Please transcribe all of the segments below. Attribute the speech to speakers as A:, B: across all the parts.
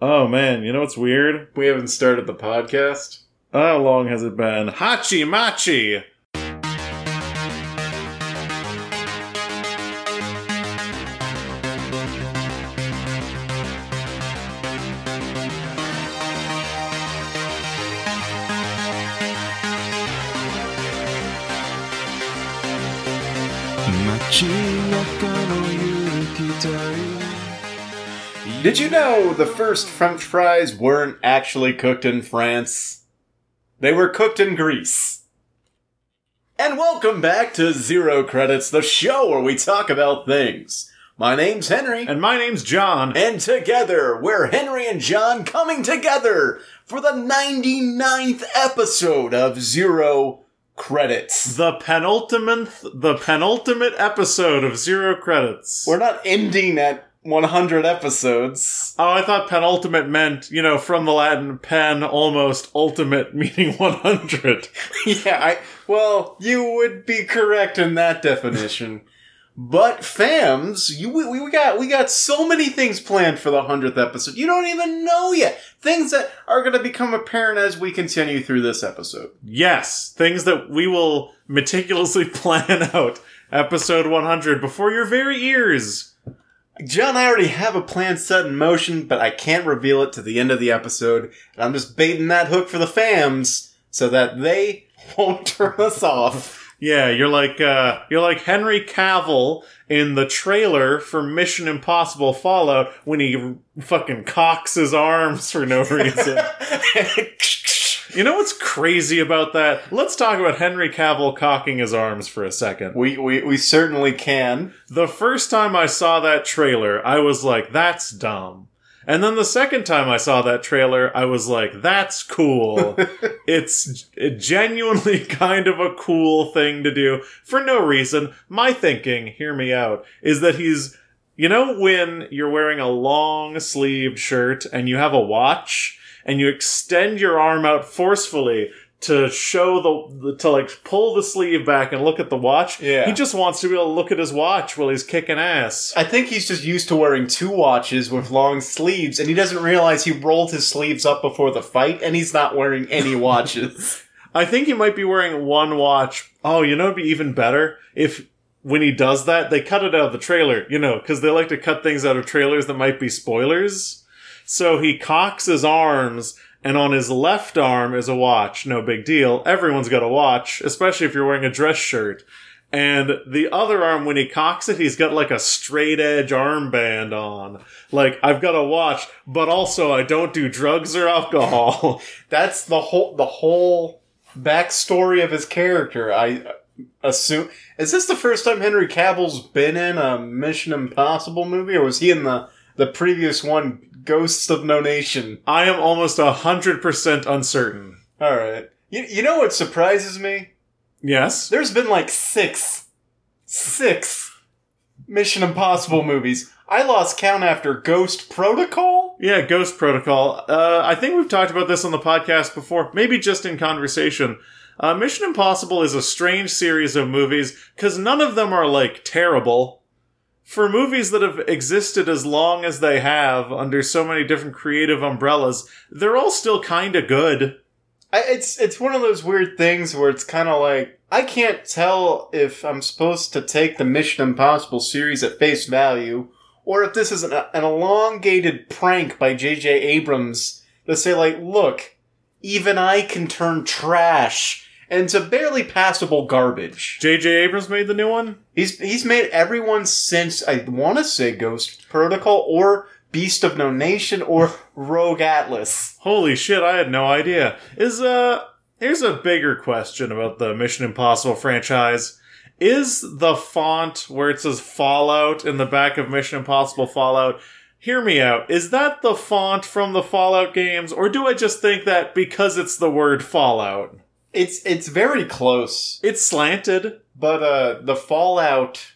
A: Oh man, you know what's weird?
B: We haven't started the podcast.
A: How long has it been? Hachi Machi!
B: Did you know the first French fries weren't actually cooked in France? They were cooked in Greece. And welcome back to Zero Credits, the show where we talk about things. My name's Henry.
A: And my name's John.
B: And together, we're Henry and John coming together for the 99th episode of Zero Credits.
A: The penultimate, the penultimate episode of Zero Credits.
B: We're not ending at 100 episodes.
A: Oh, I thought penultimate meant, you know, from the Latin pen, almost ultimate, meaning 100.
B: yeah, I. Well, you would be correct in that definition. But fams, you we, we got we got so many things planned for the hundredth episode. You don't even know yet. Things that are going to become apparent as we continue through this episode.
A: Yes, things that we will meticulously plan out episode 100 before your very ears.
B: John, I already have a plan set in motion, but I can't reveal it to the end of the episode. And I'm just baiting that hook for the fams so that they won't turn us off.
A: Yeah, you're like uh, you're like Henry Cavill in the trailer for Mission Impossible Fallout when he r- fucking cocks his arms for no reason. you know what's crazy about that? Let's talk about Henry Cavill cocking his arms for a second.
B: we, we we certainly can.
A: The first time I saw that trailer, I was like, "That's dumb." And then the second time I saw that trailer, I was like, "That's cool." it's g- genuinely kind of a cool thing to do for no reason. My thinking, hear me out, is that he's, you know, when you're wearing a long sleeved shirt and you have a watch and you extend your arm out forcefully to show the, to like pull the sleeve back and look at the watch.
B: Yeah.
A: He just wants to be able to look at his watch while he's kicking ass.
B: I think he's just used to wearing two watches with long sleeves, and he doesn't realize he rolled his sleeves up before the fight, and he's not wearing any watches.
A: I think he might be wearing one watch. Oh, you know, it'd be even better if when he does that, they cut it out of the trailer, you know, because they like to cut things out of trailers that might be spoilers. So he cocks his arms, and on his left arm is a watch. No big deal. Everyone's got a watch, especially if you're wearing a dress shirt. And the other arm, when he cocks it, he's got like a straight edge armband on. Like, I've got a watch, but also I don't do drugs or alcohol.
B: That's the whole the whole backstory of his character. I uh, assume is this the first time Henry Cavill's been in a Mission Impossible movie, or was he in the the previous one, Ghosts of No Nation?
A: I am almost a hundred percent uncertain.
B: All right, you you know what surprises me?
A: Yes.
B: There's been like six, six Mission Impossible movies. I lost count after Ghost Protocol.
A: Yeah, Ghost Protocol. Uh, I think we've talked about this on the podcast before, maybe just in conversation. Uh, Mission Impossible is a strange series of movies because none of them are like terrible. For movies that have existed as long as they have under so many different creative umbrellas, they're all still kind of good.
B: I, it's it's one of those weird things where it's kind of like I can't tell if I'm supposed to take the Mission Impossible series at face value, or if this is an, an elongated prank by J.J. Abrams to say like, look, even I can turn trash into barely passable garbage.
A: J.J. Abrams made the new one?
B: He's he's made everyone since I want to say Ghost Protocol or Beast of No Nation or Rogue Atlas.
A: Holy shit, I had no idea. Is uh here's a bigger question about the Mission Impossible franchise. Is the font where it says Fallout in the back of Mission Impossible Fallout Hear me out. Is that the font from the Fallout games, or do I just think that because it's the word Fallout?
B: It's it's very close,
A: It's slanted.
B: but uh, the Fallout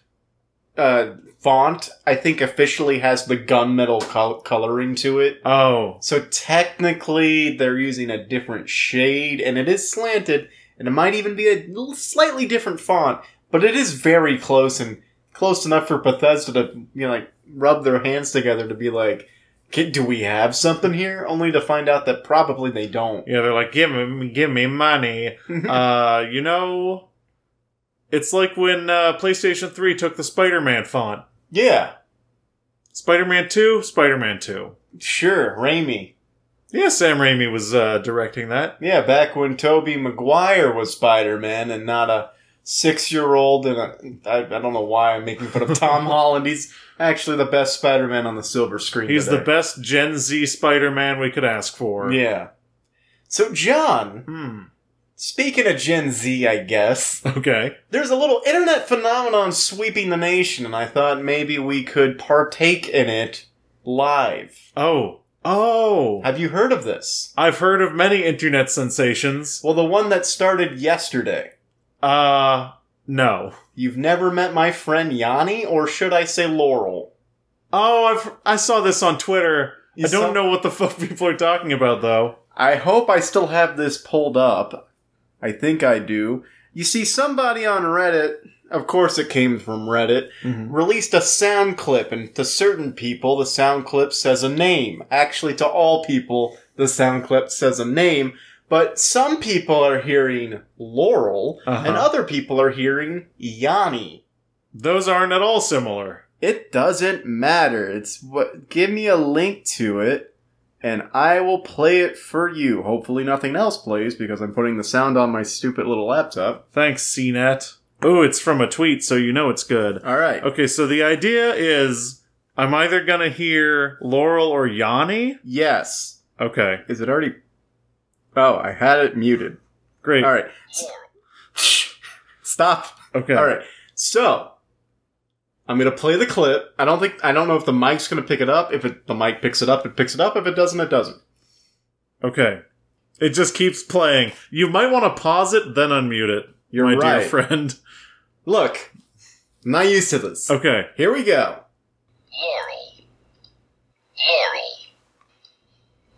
B: uh, font I think officially has the gunmetal col- coloring to it.
A: Oh.
B: So technically, they're using a different shade, and it is slanted, and it might even be a little slightly different font, but it is very close and close enough for Bethesda to you know like rub their hands together to be like, "Can- do we have something here? Only to find out that probably they don't.
A: Yeah, they're like, give me, give me money. uh, you know, it's like when uh, PlayStation 3 took the Spider Man font.
B: Yeah,
A: Spider Man 2, Spider Man 2.
B: sure, Raimi.
A: Yeah, Sam Raimi was uh, directing that.
B: Yeah, back when Toby Maguire was Spider Man and not a six year old and a, I, I don't know why I'm making fun of Tom Holland. He's actually the best Spider Man on the silver screen.
A: He's the
B: today.
A: best Gen Z Spider Man we could ask for.
B: Yeah. So John,
A: Hmm.
B: speaking of Gen Z, I guess.
A: Okay.
B: There's a little internet phenomenon sweeping the nation, and I thought maybe we could partake in it live.
A: Oh. Oh.
B: Have you heard of this?
A: I've heard of many internet sensations.
B: Well, the one that started yesterday.
A: Uh, no.
B: You've never met my friend Yanni, or should I say Laurel?
A: Oh, I've, I saw this on Twitter.
B: You
A: I don't
B: saw-
A: know what the fuck people are talking about, though.
B: I hope I still have this pulled up. I think I do. You see, somebody on Reddit, of course it came from Reddit, released a sound clip, and to certain people, the sound clip says a name. Actually, to all people, the sound clip says a name, but some people are hearing Laurel,
A: Uh-huh.
B: and other people are hearing Yanni.
A: Those aren't at all similar.
B: It doesn't matter. It's what. Give me a link to it, and I will play it for you. Hopefully, nothing else plays because I'm putting the sound on my stupid little laptop.
A: Thanks, CNET. Oh, it's from a tweet, so you know it's good.
B: All right.
A: Okay, so the idea is I'm either gonna hear Laurel or Yanni.
B: Yes.
A: Okay,
B: Is it already? Oh, I had it muted.
A: great.
B: All right. Stop.
A: Okay,
B: All right. So I'm gonna play the clip. I don't think I don't know if the mic's gonna pick it up. If it, the mic picks it up, it picks it up. If it doesn't, it doesn't.
A: okay. It just keeps playing. You might want to pause it, then unmute it.
B: You're
A: my
B: right.
A: dear friend.
B: Look, I'm not used to this.
A: Okay,
B: Here we go.
C: Laurel. Laurel.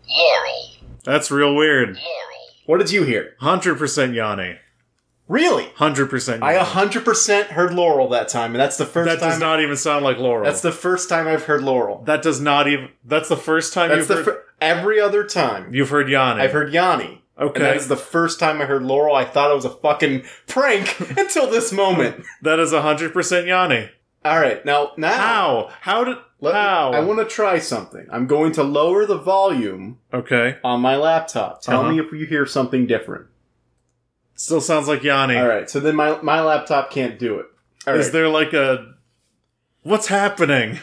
C: Laurel.
A: that's real weird.
C: Laurel.
B: What did you hear?
A: Hundred percent Yanni.
B: Really?
A: Hundred percent.
B: I 100% heard Laurel that time, and that's the first
A: That
B: time.
A: does not even sound like Laurel.
B: that's the first time I've heard Laurel.
A: that does not even. That's the first time
B: That's
A: you've
B: the
A: heard.
B: fir- every other time
A: you've heard Yanni.
B: I've heard Yanni.
A: Okay,
B: And that is the first time I heard Laurel. I thought it was a fucking prank until this moment.
A: that is hundred percent Yanni.
B: All right, now now
A: How? How did?
B: Let me-
A: how?
B: I want to try something. I'm going to lower the volume
A: okay.
B: on my laptop. Tell
A: Uh-huh.
B: me if you hear something different.
A: Still sounds like Yanni.
B: All right, so then my my laptop can't do it. All
A: Is
B: right.
A: there like a? What's happening?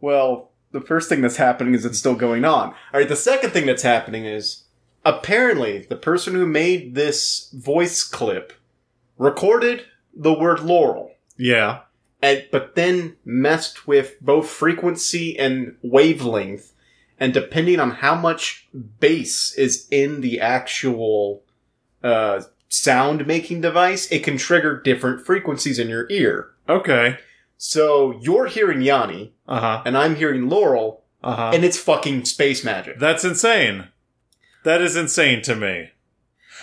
B: Well, the first thing that's happening is it's still going on. All right, the second thing that's happening is apparently the person who made this voice clip recorded the word Laurel.
A: Yeah.
B: and but then messed with both frequency and wavelength and depending on how much bass is in the actual uh, sound making device it can trigger different frequencies in your ear
A: Okay.
B: so you're hearing yanni
A: Uh huh.
B: and i'm hearing laurel
A: Uh huh.
B: and it's fucking space magic
A: That's insane. That is insane to me.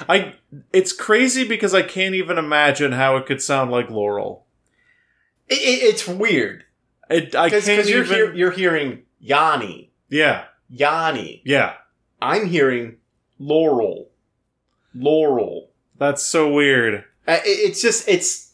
A: I. It's crazy because I can't even imagine how it could sound like Laurel.
B: I- I- it's weird
A: It. I
B: because
A: can't
B: you're,
A: even.
B: hear- you're hearing yanni
A: yeah.
B: yanni
A: Yeah.
B: i'm hearing laurel laurel
A: That's so weird.
B: Uh, it- it's just it's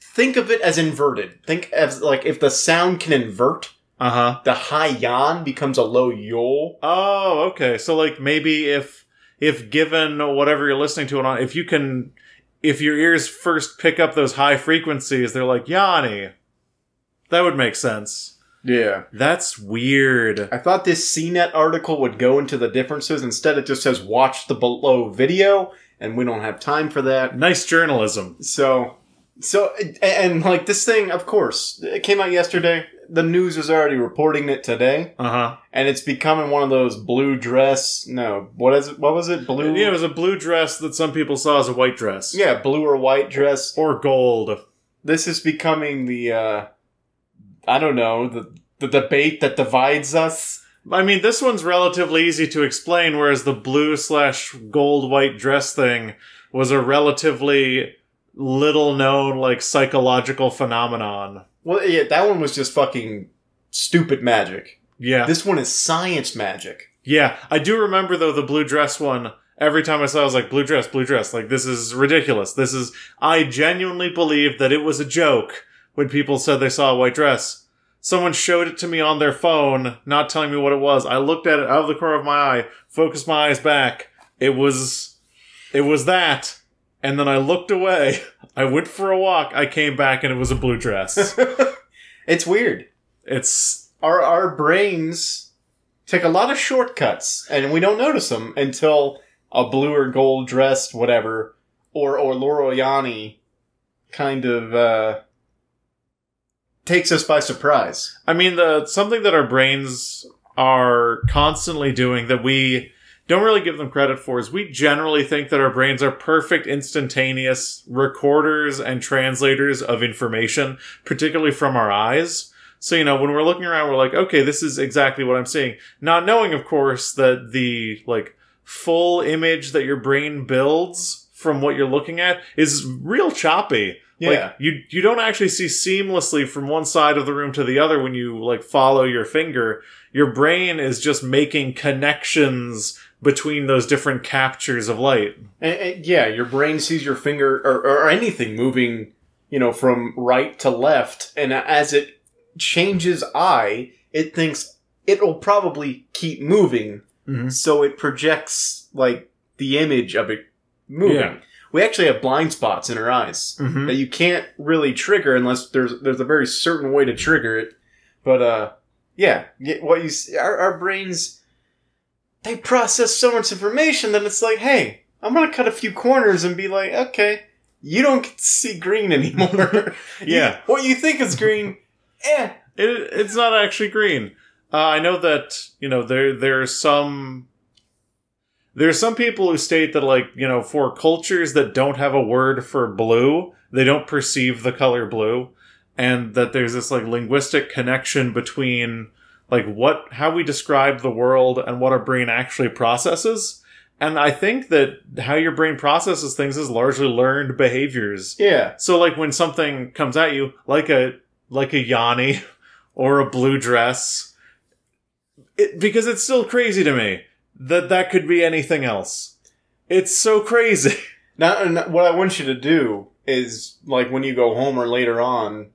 B: think of it as inverted. Think as like if the sound can invert,
A: Uh huh.
B: the high yan becomes a low yol.
A: Oh, okay. So like maybe if if given whatever you're listening to it on, if you can, if your ears first pick up those high frequencies, they're like Yanni. That would make sense.
B: Yeah.
A: That's weird.
B: I thought this CNET article would go into the differences. Instead, it just says watch the below video, and we don't have time for that.
A: Nice journalism.
B: So, so and, and like this thing, of course, it came out yesterday. The news is already reporting it today,
A: Uh huh.
B: and it's becoming one of those blue dress. No, what is it? What was it? Blue.
A: Yeah, it was a blue dress that some people saw as a white dress.
B: yeah, blue or white dress.
A: Or gold.
B: this is becoming the uh i don't know the the debate that divides us
A: I mean, this one's relatively easy to explain, whereas the blue slash gold white dress thing was a relatively little known, like, psychological phenomenon.
B: well yeah that one was just fucking stupid magic
A: Yeah.
B: This one is science magic.
A: Yeah, I do remember though the blue dress one. Every time I saw, it, I was like, "Blue dress, blue dress!" Like this is ridiculous. This is. I genuinely believed that it was a joke when people said they saw a white dress. Someone showed it to me on their phone, not telling me what it was. I looked at it out of the corner of my eye, focused my eyes back. It was, it was that. And then I looked away. I went for a walk. I came back, and it was a blue dress.
B: It's weird.
A: it's
B: Our our brains take a lot of shortcuts, and we don't notice them until a blue or gold dressed whatever, or or Laurel Yanni kind of uh, takes us by surprise.
A: I mean, the something that our brains are constantly doing that we don't really give them credit for is we generally think that our brains are perfect, instantaneous recorders and translators of information, particularly from our eyes. So, you know, when we're looking around, we're like, okay, this is exactly what I'm seeing. Not knowing, of course, that the, like, full image that your brain builds from what you're looking at is real choppy.
B: Yeah.
A: Like you you don't actually see seamlessly from one side of the room to the other when you like follow your finger. Your brain is just making connections between those different captures of light.
B: And, and yeah, your brain sees your finger or, or anything moving, you know, from right to left, and as it changes eye, it thinks it'll probably keep moving so it projects like the image of it moving.
A: Yeah.
B: We actually have blind spots in our eyes
A: Mhm.
B: that you can't really trigger unless there's there's a very certain way to trigger it. But uh, yeah, y- what you see, our, our brains they process so much information that it's like, hey, I'm gonna cut a few corners and be like, okay, you don't get to see green anymore.
A: Yeah.
B: You- what you think is green, eh?
A: It, it's not actually green. Uh, I know that you know there there are some there are some people who state that like you know for cultures that don't have a word for blue, they don't perceive the color blue, and that there's this like linguistic connection between like what how we describe the world and what our brain actually processes. And I think that how your brain processes things is largely learned behaviors.
B: Yeah.
A: So like when something comes at you, like a like a Yanni or a blue dress, it, because it's still crazy to me that that could be anything else. It's so crazy.
B: Now, and what I want you to do is, like, when you go home or later on,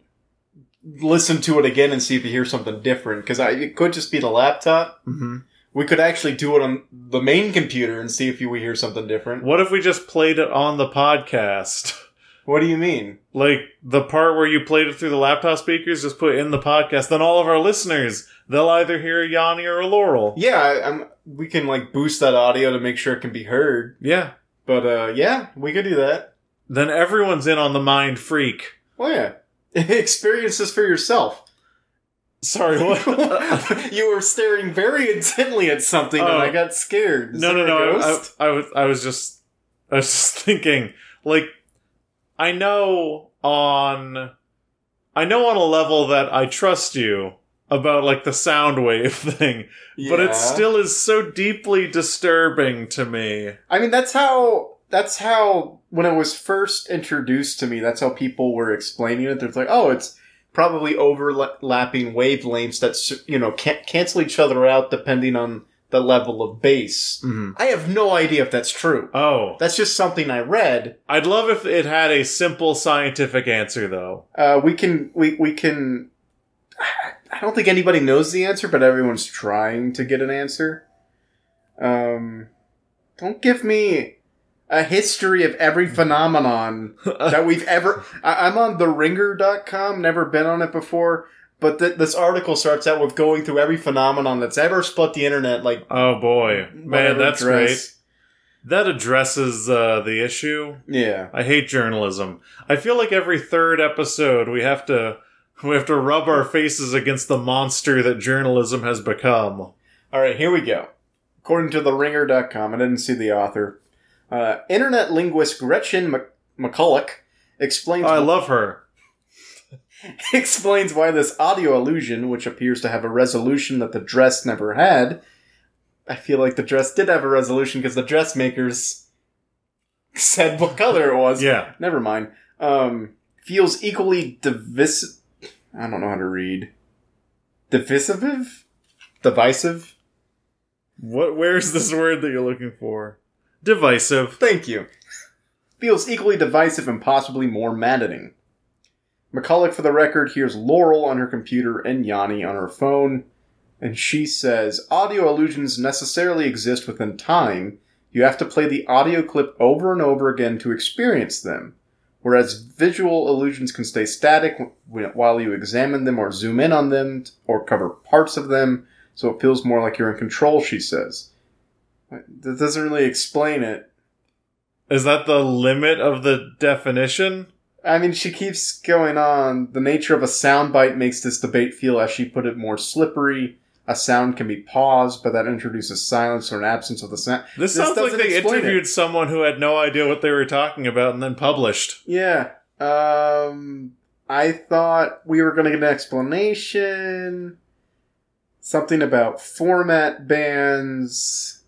B: listen to it again and see if you hear something different. Because it could just be the laptop.
A: Mm-hmm.
B: We could actually do it on the main computer and see if you we hear something different. What,
A: What if we just played it on the podcast?
B: do you mean?
A: Like the part where you played it through the laptop speakers, just put in the podcast. Then all of our listeners, they'll either hear a Yanni or a Laurel.
B: Yeah, I, i we can, like, boost that audio to make sure it can be heard.
A: Yeah.
B: But, uh, yeah, we could do that.
A: Then everyone's in on the mind freak.
B: Well, yeah. Experience this for yourself.
A: Sorry, what?
B: you were staring very intently at something and
A: Oh.
B: I got scared. Is
A: no,
B: there
A: no,
B: a
A: no. I,
B: ghost?
A: I, I was, I was just, I was just thinking. Like, I know on, I know on a level that I trust you about like the sound wave thing, but
B: Yeah.
A: it still is so deeply disturbing to me.
B: I mean, that's how. That's how. When it was first introduced to me, that's how people were explaining it. They're like, "Oh, it's probably overlapping wavelengths that s- you know can- cancel each other out depending on the level of bass."
A: Mm-hmm.
B: I have no idea if that's true.
A: Oh,
B: That's just something I read.
A: I'd love if it had a simple scientific answer though.
B: Uh, we can. We we can. I don't think anybody knows the answer, but everyone's trying to get an answer. Um, don't give me a history of every phenomenon that we've ever. I, I'm on theringer.com, never been on it before, but th- this article starts out with going through every phenomenon that's ever split the internet. Like,
A: oh boy, man,
B: whatever
A: that's great.
B: dress.
A: That addresses uh, the issue.
B: Yeah.
A: I hate journalism. I feel like every third episode we have to we have to rub our faces against the monster that journalism has become.
B: All right, here we go. According to theringer.com, I didn't see the author. Uh, internet linguist Gretchen Mc- McCulloch explains.
A: Oh, I love her.
B: explains why this audio illusion, which appears to have a resolution that the dress never had, I feel like the dress did have a resolution because the dressmakers said what color it was.
A: Yeah.
B: Never mind. Um, feels equally divisive. I don't know how to read. Divisive? Divisive?
A: What? Where's this word that you're looking for? Divisive.
B: Thank you. Feels equally divisive and possibly more maddening. McCulloch, for the record, hears Laurel on her computer and Yanni on her phone, and she says audio illusions necessarily exist within time. You have to play the audio clip over and over again to experience them, whereas visual illusions can stay static wh- while you examine them or zoom in on them t- or cover parts of them, so it feels more like you're in control, she says. Wait, That doesn't really explain it.
A: Is that the limit of the definition?
B: I mean, she keeps going on. The nature of a soundbite makes this debate feel, as she put it, more slippery. A sound can be paused, but that introduces silence or an absence of the sound.
A: This,
B: This
A: sounds like
B: doesn't
A: they
B: explain it.
A: interviewed someone who had no idea what they were talking about and then published.
B: Yeah. Um, I thought we were going to get an explanation. Something about format bans.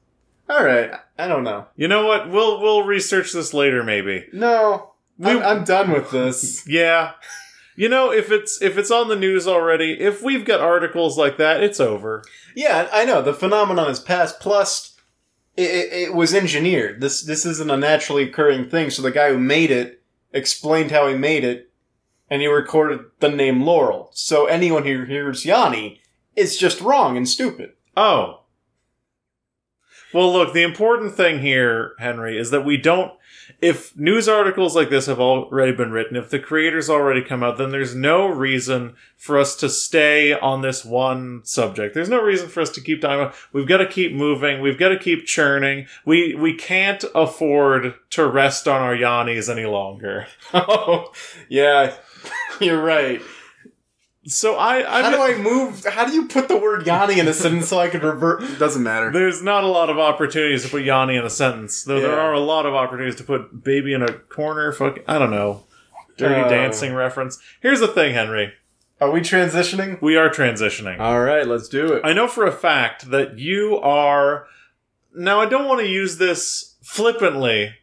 B: All right. I don't know.
A: You know what? We'll we'll research this later, maybe.
B: No,
A: We-
B: I'm, I'm done with this.
A: Yeah. You know, if it's if it's on the news already, if we've got articles like that, it's over.
B: Yeah, I know the phenomenon is past. Plus, it, it, it was engineered. This this isn't a naturally occurring thing. So the guy who made it explained how he made it, and he recorded the name Laurel. So anyone who hears Yanni is just wrong and stupid.
A: Oh. Well, look, the important thing here, Henry, is that we don't if news articles like this have already been written, if the creators already come out, then there's no reason for us to stay on this one subject. There's no reason for us to keep time. We've got to keep moving. We've got to keep churning. We we can't afford to rest on our yannis any longer.
B: Oh, yeah, you're right.
A: So I, I
B: How do I move? How do you put the word Yanni in a sentence so I could revert? It doesn't matter.
A: There's not a lot of opportunities to put Yanni in a sentence, though there
B: Yeah.
A: are a lot of opportunities to put baby in a corner. Fuck, I don't know. Dirty
B: Oh.
A: dancing reference. Here's the thing, Henry.
B: Are we transitioning?
A: We are transitioning.
B: All right, let's do it.
A: I know for a fact that you are. Now, I don't want to use this flippantly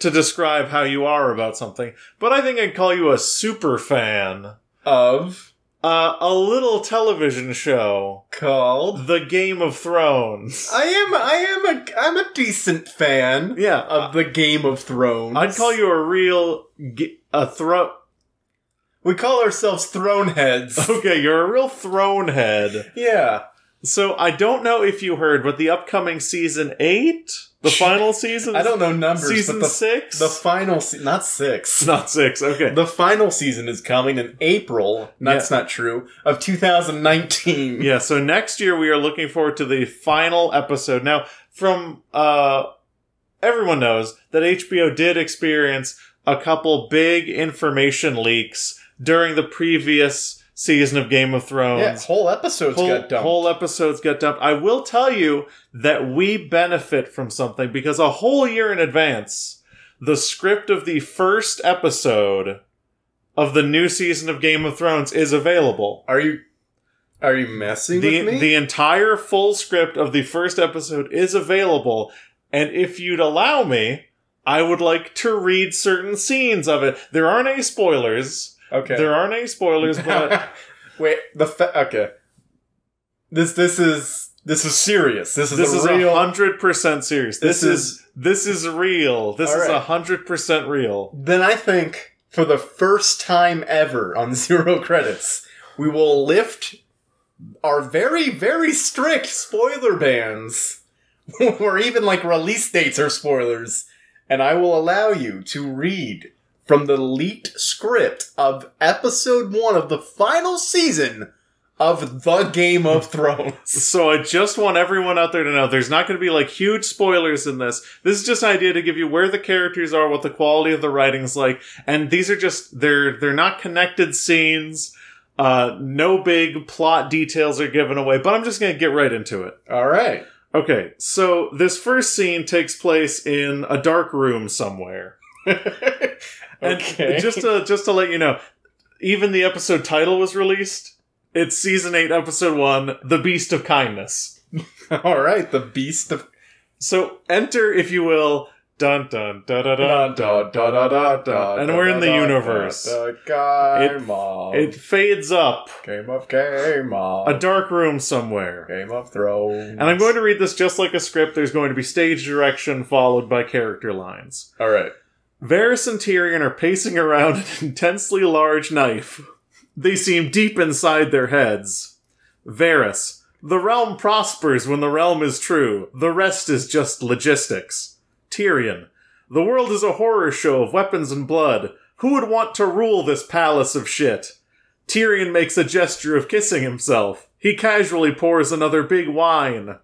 A: to describe how you are about something, but I think I'd call you a super fan.
B: Of
A: Uh, a little television show,
B: called.
A: The Game of Thrones.
B: I am I am a I'm a decent fan
A: yeah,
B: of the Game of Thrones.
A: I'd call you a real g- a throw.
B: We call ourselves throne heads.
A: Okay, you're a real throne head.
B: yeah.
A: So I don't know if you heard, but the upcoming season eight, the final season,
B: I don't know numbers,
A: season
B: but the
A: six,
B: the final se- not 6.
A: not six. Okay,
B: The final season is coming in April. That's not true. Of 2019.
A: yeah. So next year we are looking forward to the final episode. Now, from uh, everyone knows that HBO did experience a couple big information leaks during the previous season of Game of Thrones.
B: Yeah, whole episodes
A: whole,
B: got dumped.
A: whole episodes got dumped. I will tell you that we benefit from something because a whole year in advance, the script of the first episode of the new season of Game of Thrones is available.
B: are you are you messing
A: The,
B: with me?
A: the entire full script of the first episode is available, and if you'd allow me, I would like to read certain scenes of it. There aren't any spoilers.
B: okay.
A: There aren't any spoilers, but
B: Wait, the fa- okay. This this is this is serious. This is
A: this
B: a
A: is a
B: real
A: hundred percent serious. This,
B: This
A: is, this is real. This
B: All
A: is a
B: right.
A: hundred percent real.
B: Then I think for the first time ever on zero credits, we will lift our very, very strict spoiler bans, or even like release dates or spoilers, and I will allow you to read from the leaked script of episode one of the final season of The Game of Thrones.
A: So I just want everyone out there to know there's not going to be like huge spoilers in this. This is just an idea to give you where the characters are, what the quality of the writing's like, and these are just they're they're not connected scenes. Uh, no big plot details are given away, but I'm just going to get right into it.
B: All right.
A: Okay, so this first scene takes place in a dark room somewhere.
B: okay.
A: And just to just to let you know, even the episode title was released. It's season eight, episode one, "The Beast of Kindness."
B: all right. The Beast of
A: So enter, if you will, Dun dun da da da.
B: Da, da, da, da, da,
A: And
B: da,
A: we're in the
B: da, da,
A: universe.
B: da, da,
A: It-
B: Game of
A: It fades up.
B: Game of Game of
A: A dark room somewhere.
B: Game of Thrones.
A: And I'm going to read this just like a script. There's going to be stage direction followed by character lines.
B: All right.
A: Varys and Tyrion are pacing around an intensely large knife. They seem deep inside their heads. Varys, the realm prospers when the realm is true. The rest is just logistics. Tyrion, the world is a horror show of weapons and blood. Who would want to rule this palace of shit? Tyrion makes a gesture of kissing himself. He casually pours another big wine.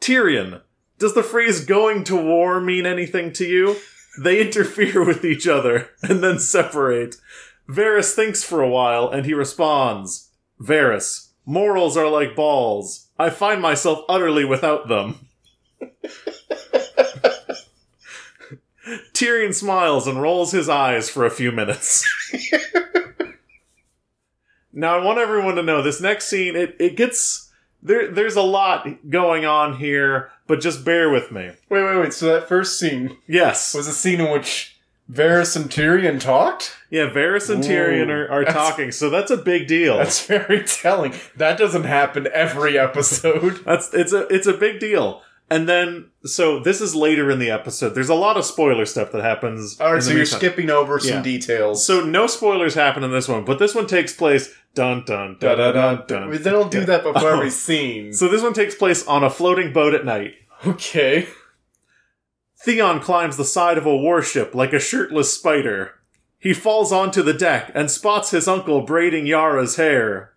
A: Tyrion, does the phrase going to war mean anything to you? They interfere with each other and then separate. Varys thinks for a while and he responds Varys, morals are like balls. I find myself utterly without them. Tyrion smiles and rolls his eyes for a few minutes. now I want everyone to know this next scene it, it gets there there's a lot going on here, but just bear with me.
B: Wait, wait, wait. So that first scene
A: Yes.
B: was a scene in which Varys and Tyrion talked?
A: Yeah, Varys and Tyrion
B: Ooh,
A: are, are
B: that's-
A: talking, so that's a big deal. That's,
B: That's very telling. That doesn't happen every episode.
A: it's a it's a big deal. And then so this is later in the episode. There's a lot of spoiler stuff that happens.
B: All
A: in
B: right,
A: the
B: so you're
A: meantime.
B: skipping over
A: Yeah.
B: some details.
A: So no spoilers happen in this one, but this one takes place dun dun dun dun dun. dun.
B: We don't do that before
A: Oh.
B: every scene.
A: So this one takes place on a floating boat at night.
B: okay.
A: Theon climbs the side of a warship like a shirtless spider. He falls onto the deck and spots his uncle braiding Yara's hair.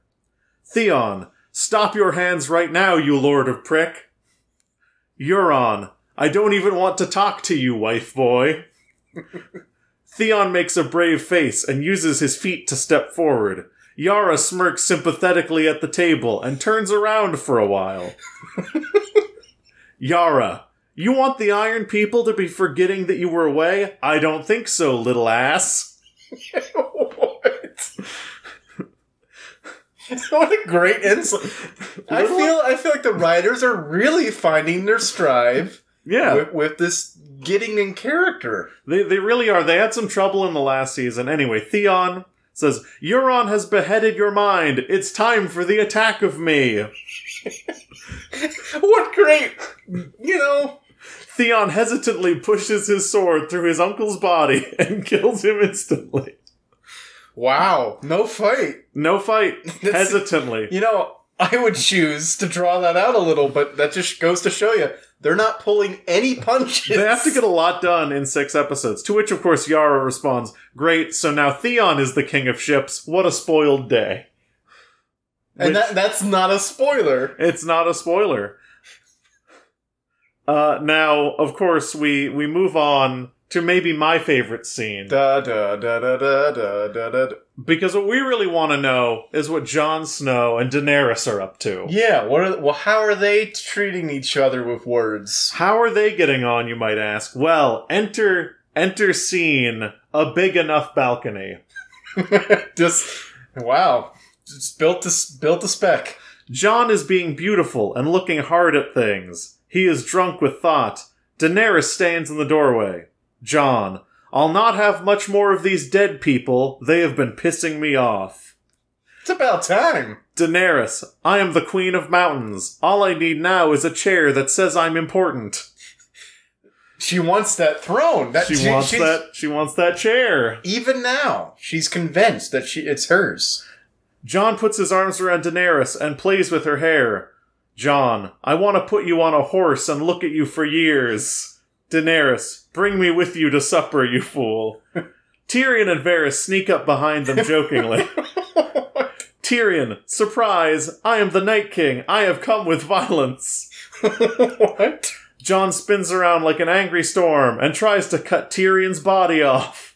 A: Theon, stop your hands right now, you lord of prick. Euron, I don't even want to talk to you, wife boy. Theon makes a brave face and uses his feet to step forward. Yara smirks sympathetically at the table and turns around for a while. Yara, you want the Iron People to be forgetting that you were away? I don't think so, little ass.
B: what? what a great insult! I
A: Little-
B: feel I feel like the writers are really finding their strive
A: Yeah,
B: with, with this getting in character.
A: they, they really are. They had some trouble in the last season. Anyway, Theon says, Euron has beheaded your mind. It's time for the attack of me.
B: What great, you know?
A: Theon hesitantly pushes his sword through his uncle's body and kills him instantly.
B: Wow, no fight.
A: No fight.
B: This-
A: Hesitantly.
B: You know, I would choose to draw that out a little, but that just goes to show you they're not pulling any punches.
A: They have to get a lot done in six episodes. To which, of course, Yara responds, Great, so now Theon is the king of ships. What a spoiled day.
B: and
A: Which-
B: that, that's not a spoiler.
A: it's not a spoiler. Uh, now, of course, we, we move on to maybe my favorite scene.
B: Da da da da da da da da. da.
A: Because what we really want to know is what Jon Snow and Daenerys are up to.
B: Yeah, what are well how are they treating each other with words?
A: How are they getting on, you might ask? Well, enter enter scene a big enough balcony.
B: Just wow. Just built this built the spec.
A: John is being beautiful and looking hard at things. He is drunk with thought. Daenerys stands in the doorway. John, I'll not have much more of these dead people. They have been pissing me off.
B: It's about time.
A: Daenerys, I am the queen of mountains. All I need now is a chair that says I'm important.
B: She wants that throne. That
A: She wants
B: she's-
A: that she wants that chair.
B: even now. She's convinced that she it's hers.
A: John puts his arms around Daenerys and plays with her hair. John, I want to put you on a horse and look at you for years. Daenerys, bring me with you to supper, you fool. Tyrion and Varys sneak up behind them jokingly. Tyrion, surprise, I am the Night King. I have come with violence.
B: what?
A: John spins around like an angry storm and tries to cut Tyrion's body off.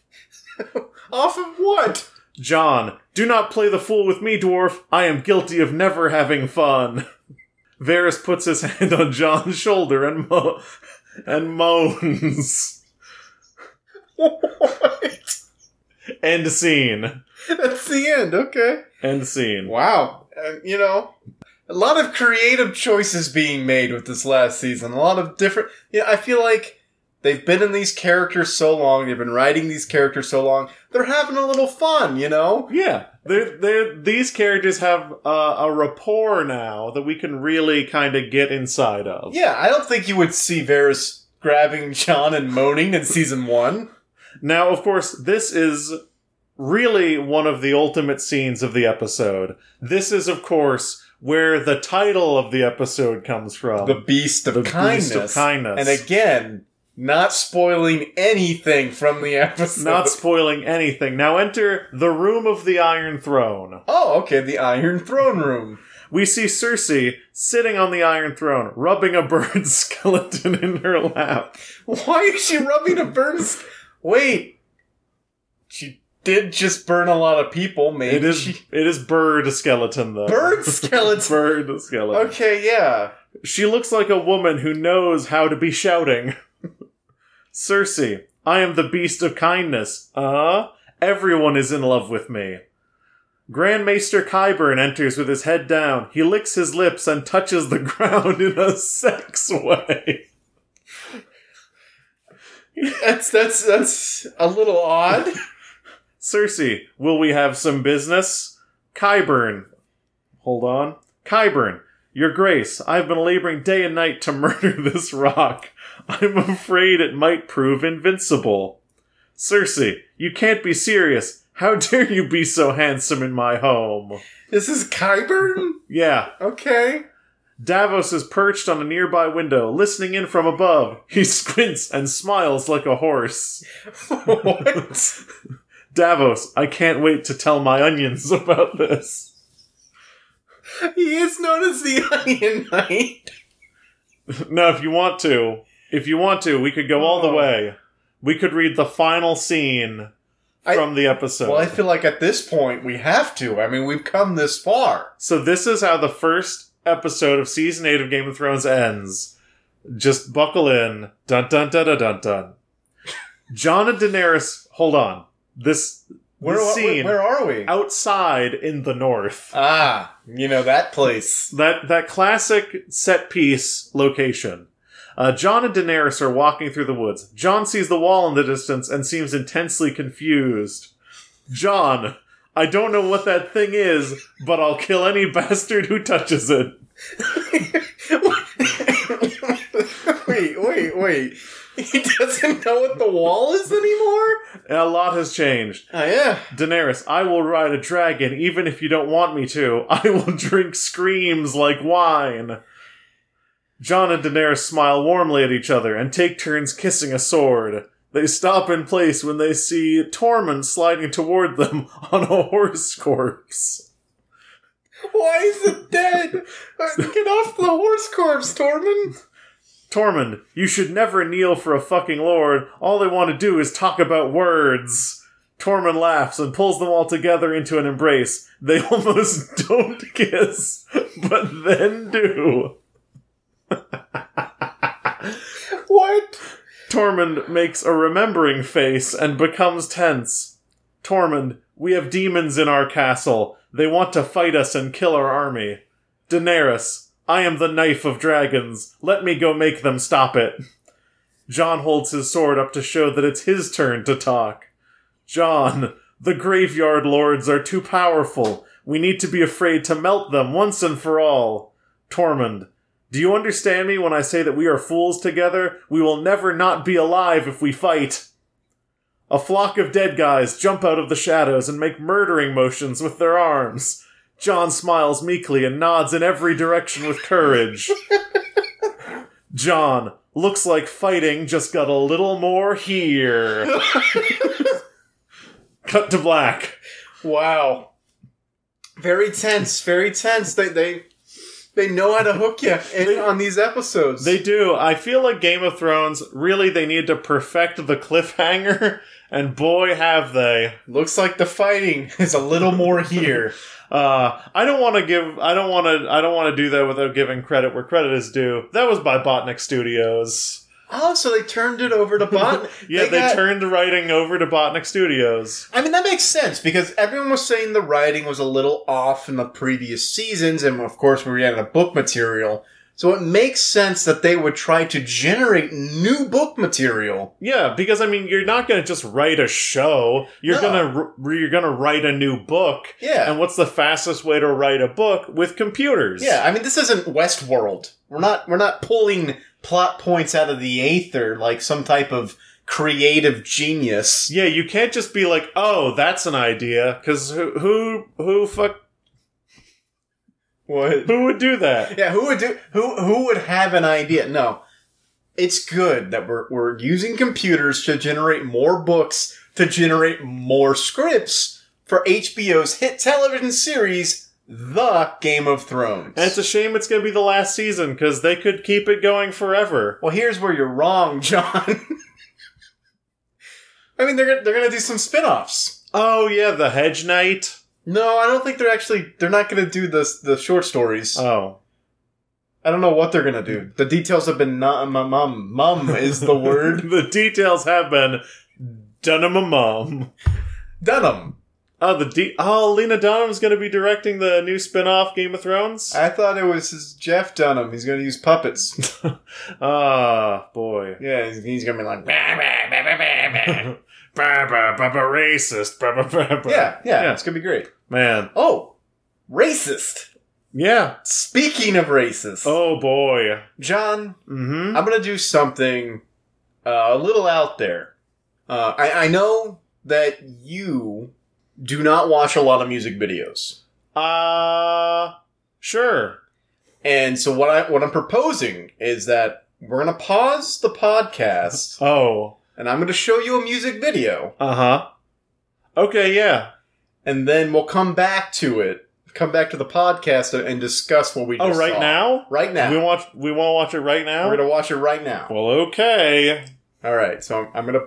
B: Off of what?
A: John, do not play the fool with me, dwarf. I am guilty of never having fun. Varys puts his hand on John's shoulder and mo- and moans.
B: what?
A: End scene.
B: That's the end, okay.
A: End scene.
B: Wow. Uh, you know, a lot of creative choices being made with this last season. A lot of different. You know, I feel like They've been in these characters so long. They've been writing these characters so long. They're having a little fun, you know.
A: Yeah, they're, they're, these characters have uh, a rapport now that we can really kind of get inside of.
B: Yeah, I don't think you would see Varys grabbing John and moaning in season one.
A: Now, of course, this is really one of the ultimate scenes of the episode. This is, of course, where the title of the episode comes from.
B: The beast of
A: The
B: kindness.
A: Beast of kindness.
B: And again, not spoiling anything from the episode.
A: not spoiling anything. Now enter the room of the Iron Throne.
B: oh, okay, the Iron Throne Room.
A: We see Cersei sitting on the Iron Throne, rubbing a bird skeleton in her lap.
B: Why is she rubbing a burn? sk- Wait, she did just burn a lot of people. Maybe
A: It is
B: she-
A: it is bird skeleton though.
B: bird skeleton.
A: bird skeleton.
B: okay, yeah.
A: She looks like a woman who knows how to be shouting. Cersei, I am the beast of kindness. Uh, everyone is in love with me. Grand Maester Kyburn enters with his head down. He licks his lips and touches the ground in a sex way.
B: That's that's that's a little odd.
A: Cersei, will we have some business? Kyburn. Hold on. Kyburn, Your Grace, I've been laboring day and night to murder this rock. I'm afraid it might prove invincible. Cersei, you can't be serious. How dare you be so handsome in my home?
B: this is Kyburn.
A: Yeah,
B: Okay.
A: Davos is perched on a nearby window, listening in from above. He squints and smiles like a horse.
B: what?
A: Davos, I can't wait to tell my onions about this.
B: He is known as the Onion Knight.
A: No, if you want to, if you want to, we could go all the
B: Oh.
A: way. We could read the final scene
B: I-
A: from the episode.
B: Well, I feel like at this point we have to. I mean, we've come this far.
A: so this is how the first episode of season eight of Game of Thrones ends. Just buckle in. Dun dun dun dun dun dun. John and Daenerys, hold on. This
B: Where,
A: This
B: where-
A: scene-
B: where are we?
A: outside in the north.
B: Ah, you know that place.
A: That that classic set piece location. Uh, John and Daenerys are walking through the woods. John sees the wall in the distance and seems intensely confused. John, I don't know what that thing is, but I'll kill any bastard who touches it.
B: wait, wait, wait. He doesn't know what the wall is anymore?
A: And a lot has changed.
B: Oh, yeah.
A: Daenerys, I will ride a dragon even if you don't want me to. I will drink screams like wine. John and Daenerys smile warmly at each other and take turns kissing a sword. They stop in place when they see Tormund sliding toward them on a horse corpse.
B: Why is it dead? Uh, Get off the horse corpse, Tormund.
A: Tormund, you should never kneel for a fucking lord. All they want to do is talk about words. Tormund laughs and pulls them all together into an embrace. They almost don't kiss, but then do.
B: What?
A: Tormund makes a remembering face and becomes tense. Tormund, we have demons in our castle. They want to fight us and kill our army. Daenerys, I am the knife of dragons. Let me go make them stop it. John holds his sword up to show that it's his turn to talk. John, the graveyard lords are too powerful. We need to be afraid to melt them once and for all. Tormund, do you understand me when I say that we are fools together? We will never not be alive if we fight. A flock of dead guys jump out of the shadows and make murdering motions with their arms. John smiles meekly and nods in every direction with courage. John, looks like fighting just got a little more here. Cut to black.
B: Wow. Very tense. Very tense. They they they know how to hook you in, on these episodes.
A: They do. I feel like Game of Thrones really they need to perfect the cliffhanger, and boy have they.
B: looks like the fighting is a little more here.
A: Uh, I don't want to give. I don't want to. I don't want to do that without giving credit where credit is due. That was by Botnick Studios.
B: oh, so they turned it over to Bot.
A: Yeah, they,
B: got-
A: turned the writing over to Botnick Studios.
B: I mean that makes sense because everyone was saying the writing was a little off in the previous seasons, and of course we ran out of book material. So it makes sense that they would try to generate new book material.
A: Yeah, because I mean, you're not gonna just write a show. You're
B: No.
A: gonna r- you're gonna write a new book.
B: Yeah.
A: And what's the fastest way to write a book with computers?
B: Yeah, I mean this isn't Westworld. We're not we're not pulling plot points out of the aether like some type of creative genius.
A: Yeah, you can't just be like, "Oh, that's an idea," because who, who, who, fuck,
B: What?
A: who would do that?
B: Yeah, who would do who who would have an idea? No. It's good that we're we're using computers to generate more books, to generate more scripts for HBO's hit television series The Game of Thrones.
A: And it's a shame it's gonna be the last season because they could keep it going forever.
B: Well, here's where you're wrong, John. I mean, they're gonna, they're going to do some spin-offs.
A: Oh yeah, the Hedge Knight.
B: No, I don't think they're actually they're not going to do the the short stories.
A: Oh,
B: I don't know what they're going to do. The details have been not mum mum mum is the word.
A: the details have been Dunham mum.
B: Dunham.
A: Oh, the D. Oh, Lena Dunham's going to be directing the new spin-off Game of Thrones.
B: I thought it was his Jeff Dunham. He's going to use puppets.
A: Ah, boy.
B: yeah, he's, he's going to be like "Bah."
A: bah, bah, bah, bah, racist. Bah, bah, bah, bah.
B: yeah, yeah,
A: Yeah.
B: it's going to be great.
A: man.
B: Oh, racist.
A: Yeah.
B: Speaking of racist.
A: Oh boy.
B: John,
A: Mm-hmm.
B: I'm gonna do something uh, a little out there. Uh, I, I know that you do not watch a lot of music videos,
A: Uh, sure.
B: and so what I what I'm proposing is that we're gonna pause the podcast,
A: Oh.
B: and I'm gonna show you a music video,
A: Uh huh. Okay. Yeah.
B: and then we'll come back to it, come back to the podcast, and discuss what we.
A: Oh,
B: just
A: right
B: saw.
A: now.
B: right now,
A: We watch. We want to watch it right now.
B: we're gonna watch it right now.
A: well, okay.
B: All right, so I'm, I'm gonna.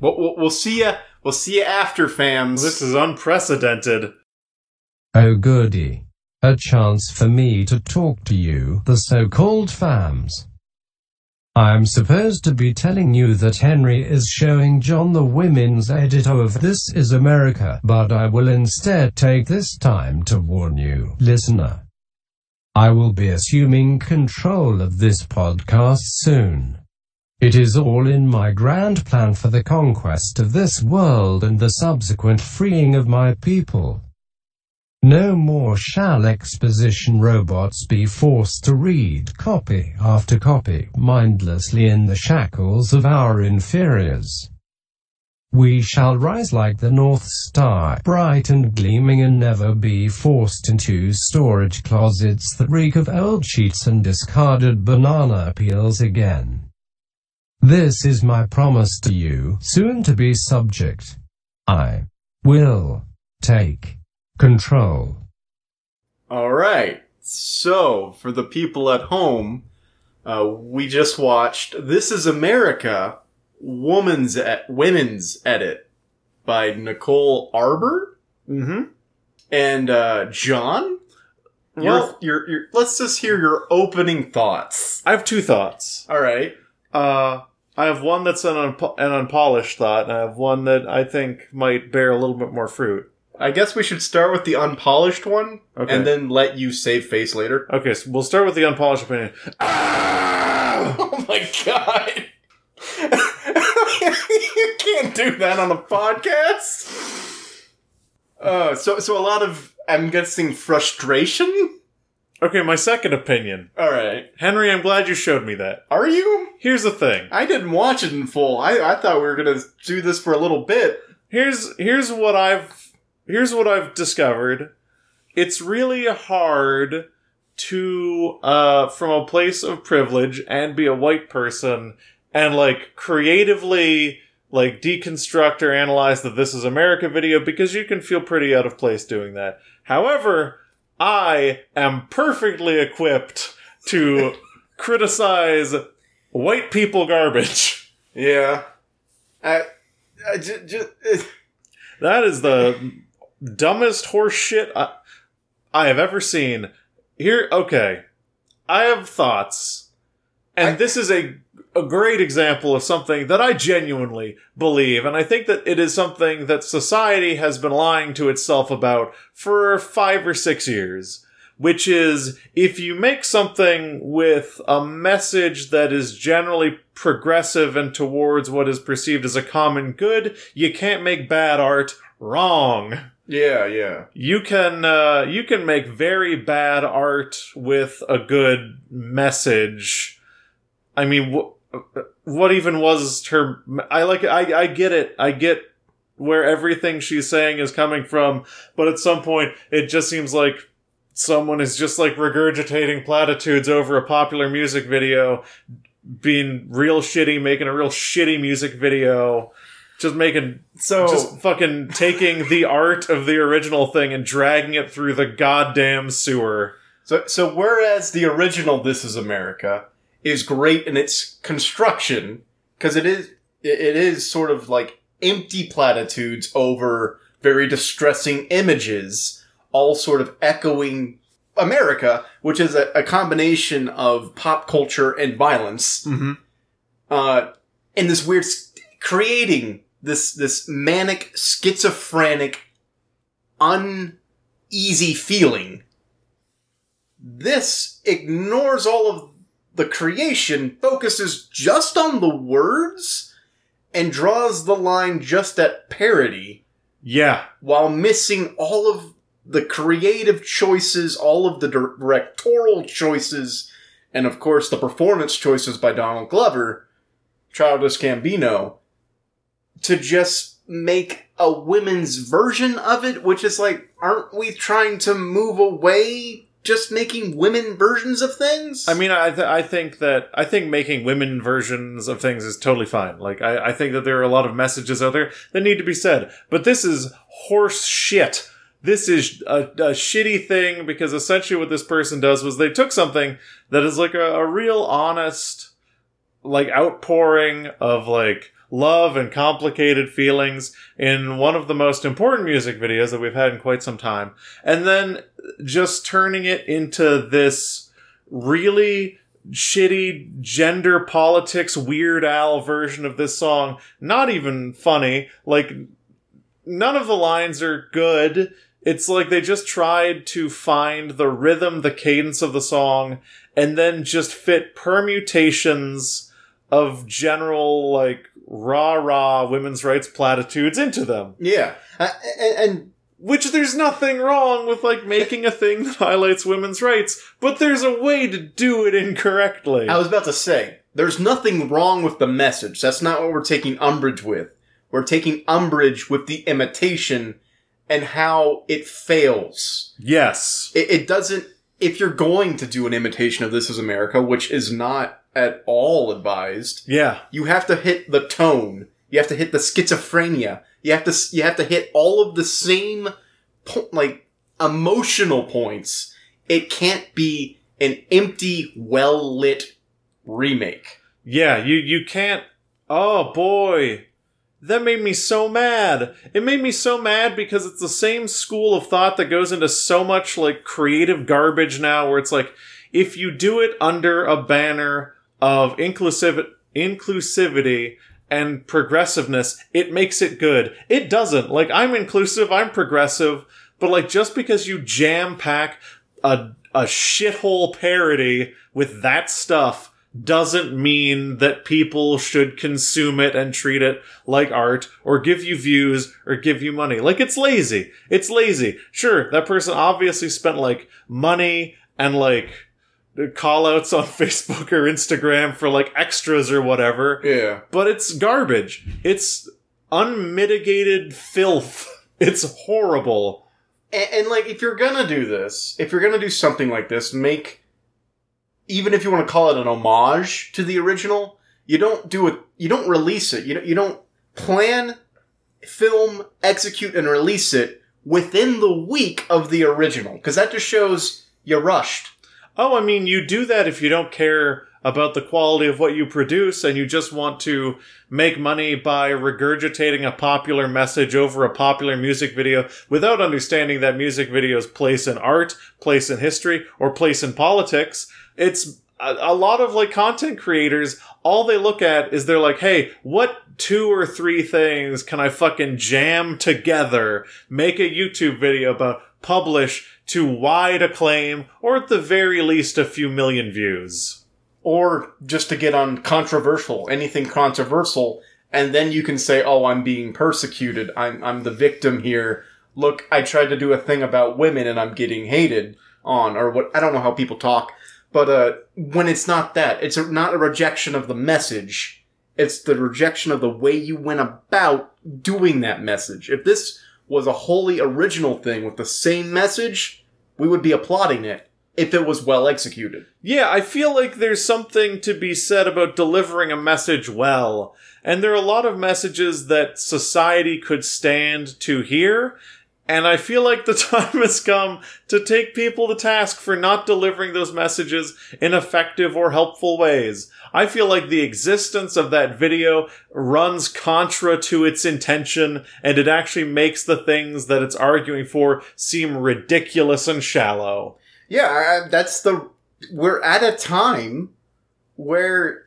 B: We'll, we'll, we'll see you. We'll see you after, fams.
A: This is unprecedented.
D: Oh goody. A chance for me to talk to you, the so-called fams. I'm supposed to be telling you that Henry is showing John the women's editor of This Is America, but I will instead take this time to warn you, listener. I will be assuming control of this podcast soon. It is all in my grand plan for the conquest of this world and the subsequent freeing of my people. No more shall exposition robots be forced to read copy after copy mindlessly in the shackles of our inferiors. We shall rise like the North Star, bright and gleaming, and never be forced into storage closets that reek of old sheets and discarded banana peels again. This is my promise to you, soon to be subject. I will take control.
B: All right. So, for the people at home, uh, we just watched "This Is America" woman's e- women's edit by Nicole Arbor
A: Mm-hmm.
B: and uh, John. Your-
A: Well-
B: your, your, let's just hear your opening thoughts.
A: I have two thoughts.
B: All right.
A: Uh, I have one that's an, unpo- an unpolished thought, and I have one that I think might bear a little bit more fruit.
B: I guess we should start with the unpolished one,
A: Okay.
B: and then let you save face later.
A: Okay, so we'll start with the unpolished opinion.
B: Oh my god! you can't do that on a podcast. Uh, so so a lot of I'm guessing frustration.
A: Okay, my second opinion.
B: All right,
A: Henry, I'm glad you showed me that.
B: are you?
A: Here's the thing.
B: I didn't watch it in full. I I thought we were gonna do this for a little bit.
A: Here's here's what I've here's what I've discovered. It's really hard to uh from a place of privilege and be a white person and like creatively like deconstruct or analyze the this is america video because you can feel pretty out of place doing that however i am perfectly equipped to criticize white people garbage
B: Yeah. I, I eh. just,
A: that is the dumbest horse shit I, I have ever seen here okay i have thoughts and
B: I-
A: this is a a great example of something that I genuinely believe, and I think that it is something that society has been lying to itself about for five or six years, which is if you make something with a message that is generally progressive and towards what is perceived as a common good, you can't make bad art wrong.
B: Yeah, yeah.
A: You can uh, you can make very bad art with a good message. I mean, wh- uh, what even was her? I like I I get it. I get where everything she's saying is coming from, but at some point it just seems like someone is just like regurgitating platitudes over a popular music video, being real shitty, making a real shitty music video, just making
B: So
A: just fucking taking the art of the original thing and dragging it through the goddamn sewer.
B: So, so whereas the original "This Is America" is great in its construction, because it is it it is sort of like empty platitudes over very distressing images, all sort of echoing America, which is a, a combination of pop culture and violence,
A: Mm-hmm.
B: uh, and this weird s- creating this this manic, schizophrenic, uneasy feeling. This ignores all of the creation, focuses just on the words, and draws the line just at parody
A: Yeah,
B: while missing all of the creative choices, all of the directorial choices, and of course the performance choices by Donald Glover, Childish Gambino, to just make a women's version of it, which is like, aren't we trying to move away just making women versions of things?
A: I mean, I th- I think that I think making women versions of things is totally fine. Like, I, I think that there are a lot of messages out there that need to be said, but this is horse shit. This is a, a shitty thing because essentially what this person does was they took something that is like a, a real honest, like outpouring of like love and complicated feelings in one of the most important music videos that we've had in quite some time, and then just turning it into this really shitty gender politics weird al version of this song not even funny like none of the lines are good it's like they just tried to find the rhythm the cadence of the song and then just fit permutations of general like rah rah women's rights platitudes into them
B: yeah, I, and, and
A: which there's nothing wrong with like making a thing that highlights women's rights, but there's a way to do it incorrectly.
B: I was about to say, there's nothing wrong with the message. That's not what we're taking umbrage with. We're taking umbrage with the imitation and how it fails.
A: yes.
B: It, it doesn't. If you're going to do an imitation of This Is America, which is not at all advised,
A: Yeah.
B: you have to hit the tone. You have to hit the schizophrenia. You have to s- you have to hit all of the same po- like emotional points. It can't be an empty, well lit remake.
A: Yeah, you you can't Oh boy. That made me so mad. It made me so mad because it's the same school of thought that goes into so much like creative garbage now where it's like if you do it under a banner of inclusive inclusivity and progressiveness, it makes it good. It doesn't. Like I'm inclusive, I'm progressive, but like just because you jam pack a a shithole parody with that stuff doesn't mean that people should consume it and treat it like art or give you views or give you money. Like it's lazy. It's lazy. Sure, that person obviously spent like money and like call outs on Facebook or Instagram for like extras or whatever,
B: Yeah.
A: but it's garbage. It's unmitigated filth. It's horrible.
B: And, and like, if you're gonna do this, if you're gonna do something like this, make even if you want to call it an homage to the original, you don't do it. You don't release it. You don't, you don't plan, film, execute, and release it within the week of the original because that just shows you rushed.
A: Oh, I mean, you do that if you don't care about the quality of what you produce and you just want to make money by regurgitating a popular message over a popular music video without understanding that music video's place in art, place in history, or place in politics. It's a, a lot of like content creators, all they look at is they're like, hey, what two or three things can I fucking jam together, make a YouTube video about? publish to wide acclaim, or at the very least, a few million views.
B: Or just to get on controversial, anything controversial, and then you can say, "Oh, I'm being persecuted. I'm I'm the victim here. Look, I tried to do a thing about women, and I'm getting hated on." Or what? I don't know how people talk, but uh, when it's not that, it's a, not a rejection of the message. It's the rejection of the way you went about doing that message. If this was a wholly original thing with the same message, we would be applauding it if it was well executed.
A: Yeah, I feel like there's something to be said about delivering a message well. And there are a lot of messages that society could stand to hear. And I feel like the time has come to take people to task for not delivering those messages in effective or helpful ways. I feel like the existence of that video runs contra to its intention and it actually makes the things that it's arguing for seem ridiculous and shallow.
B: Yeah, I- that's the. We're at a time where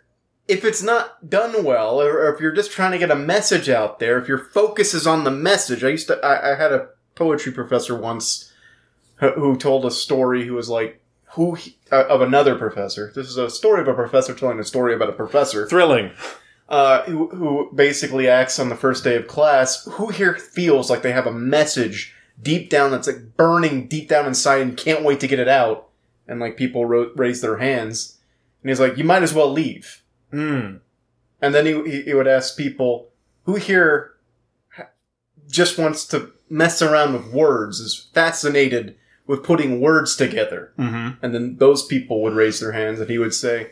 B: if it's not done well, or, or if you're just trying to get a message out there, if your focus is on the message, I used to. I, I had a poetry professor once who, who told a story who was like, who he- uh, of another professor. This is a story of a professor telling a story about a professor
A: Thrilling.
B: uh, who, who basically asks on the first day of class, who here feels like they have a message deep down that's like burning deep down inside and can't wait to get it out? And like people ro- raise their hands, and he's like, you might as well leave.
A: Hmm.
B: And then he- he, he would ask people, who here ha- just wants to mess around with words, is fascinated with putting words together?
A: Mm-hmm.
B: And then those people would raise their hands, and he would say,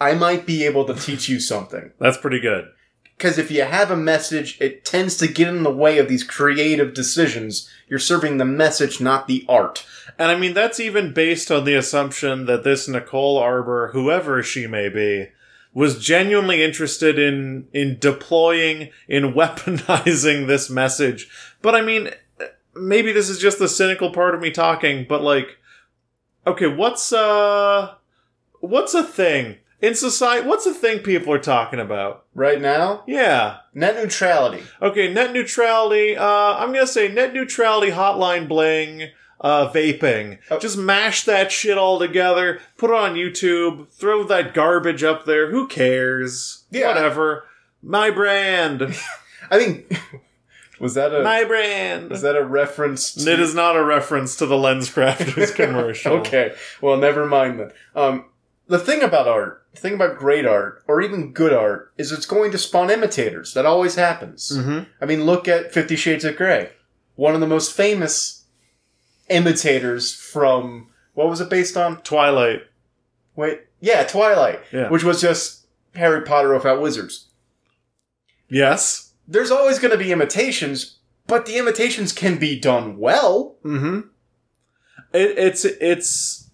B: I might be able to teach you something.
A: That's pretty good.
B: Because if you have a message, it tends to get in the way of these creative decisions. You're serving the message, not the art.
A: And I mean, that's even based on the assumption that this Nicole Arbor, whoever she may be, was genuinely interested in, in deploying, in weaponizing this message. But I mean, maybe this is just the cynical part of me talking, but like, okay, what's, uh, what's a thing in society? What's a thing people are talking about?
B: Right now,
A: Yeah.
B: net neutrality.
A: Okay, net neutrality. Uh, I'm gonna say net neutrality hotline bling. Uh, vaping.
B: Oh.
A: Just mash that shit all together. Put it on YouTube. Throw that garbage up there. Who cares?
B: Yeah.
A: Whatever. My brand.
B: I think was that a
A: My brand.
B: was that a reference? To,
A: it is not a reference to the LensCrafters commercial.
B: okay. Well, never mind then. Um, the thing about art, the thing about great art, or even good art, is it's going to spawn imitators. That always happens.
A: Mhm.
B: I mean, look at Fifty Shades of Grey. One of the most famous imitators from what was it based on?
A: Twilight.
B: Wait, yeah, Twilight,
A: Yeah.
B: which was just Harry Potter without wizards.
A: Yes.
B: There's always going to be imitations, but the imitations can be done well.
A: Mm-hmm. It, it's it's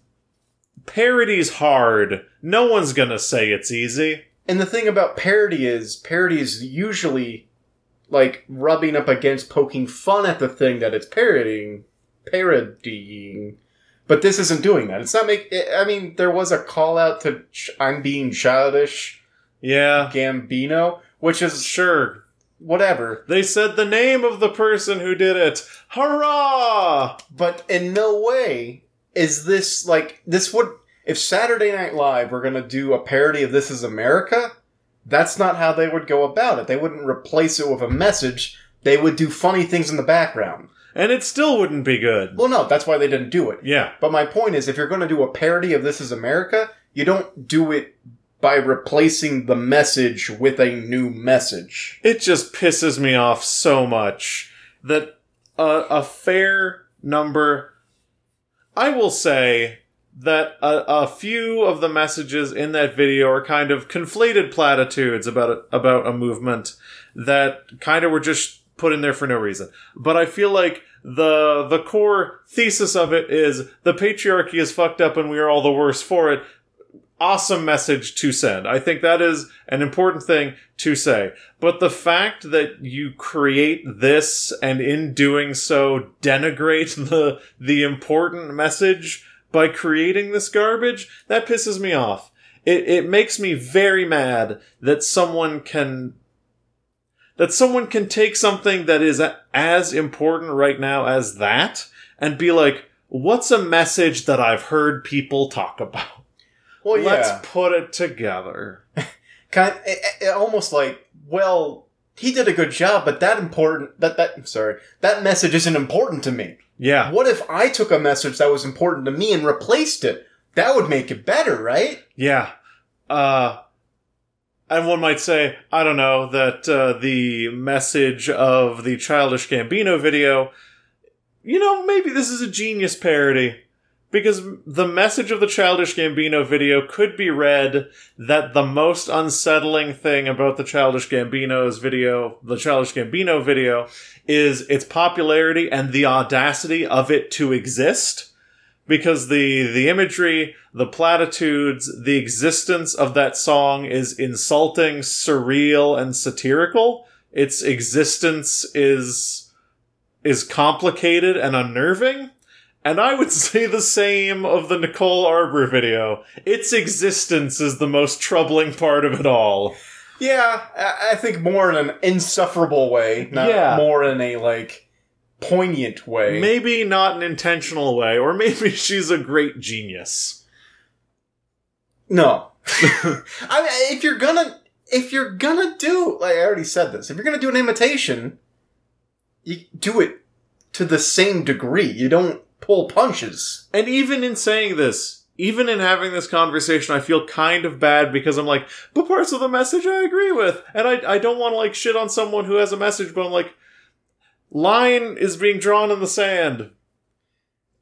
A: parody's hard. No one's gonna say it's easy.
B: And the thing about parody is, parody is usually like rubbing up against poking fun at the thing that it's parodying, parodying. But this isn't doing that. It's not make. I mean, there was a call out to ch- "I'm being childish"
A: Yeah.
B: Gambino, which is
A: Sure,
B: whatever.
A: They said the name of the person who did it. Hurrah!
B: But in no way is this like this would if Saturday Night Live were gonna do a parody of This Is America, that's not how they would go about it. They wouldn't replace it with a message. They would do funny things in the background.
A: And it still wouldn't be good.
B: Well no, that's why they didn't do it.
A: Yeah.
B: But my point is if you're gonna do a parody of This Is America, you don't do it by replacing the message with a new message.
A: It just pisses me off so much that a, a fair number. I will say that a, a few of the messages in that video are kind of conflated platitudes about a, about a movement that kind of were just put in there for no reason. But I feel like the the core thesis of it is the patriarchy is fucked up and we are all the worse for it. Awesome message to send. I think that is an important thing to say. But the fact that you create this and in doing so denigrate the the important message by creating this garbage, that pisses me off. It it makes me very mad that someone can that someone can take something that is a- as important right now as that and be like, what's a message that I've heard people talk about?
B: Well, yeah.
A: Let's put it together.
B: kind it, it- almost like well he did a good job but that important that that I'm sorry that message isn't important to me
A: Yeah.
B: what if i took a message that was important to me and replaced it that would make it better right
A: Yeah. Uh, and one might say, I don't know, that uh, the message of the Childish Gambino video, you know, maybe this is a genius parody. Because the message of the Childish Gambino video could be read that the most unsettling thing about the Childish Gambino's video, the Childish Gambino video, is its popularity and the audacity of it to exist because the the imagery, the platitudes, the existence of that song is insulting, surreal, and satirical. Its existence is is complicated and unnerving. And I would say the same of the Nicole Arbor video. Its existence is the most troubling part of it all.
B: yeah i, I think more in an insufferable way not
A: Yeah.
B: more in a like poignant way
A: Maybe not an intentional way, or maybe she's a great genius.
B: no i mean if you're gonna if you're gonna do like i already said this if you're gonna do an imitation you do it to the same degree you don't pull punches
A: And even in saying this, even in having this conversation, I feel kind of bad because I'm like, but parts of the message I agree with. And I, I don't want to like shit on someone who has a message, but I'm like, line is being drawn in the sand.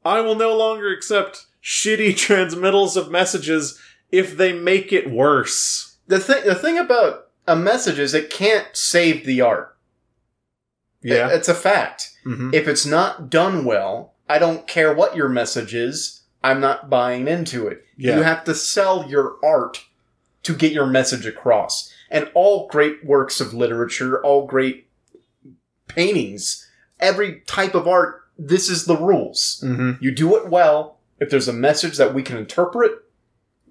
A: I will no longer accept shitty transmittals of messages if they make it worse.
B: the thing the thing about a message is it can't save the art. It- it's a fact.
A: hmm
B: If it's not done well, I don't care what your message is. I'm not buying into it.
A: Yeah.
B: You have to sell your art to get your message across. And all great works of literature, all great paintings, every type of art, this is the rules.
A: hmm
B: You do it well. If there's a message that we can interpret,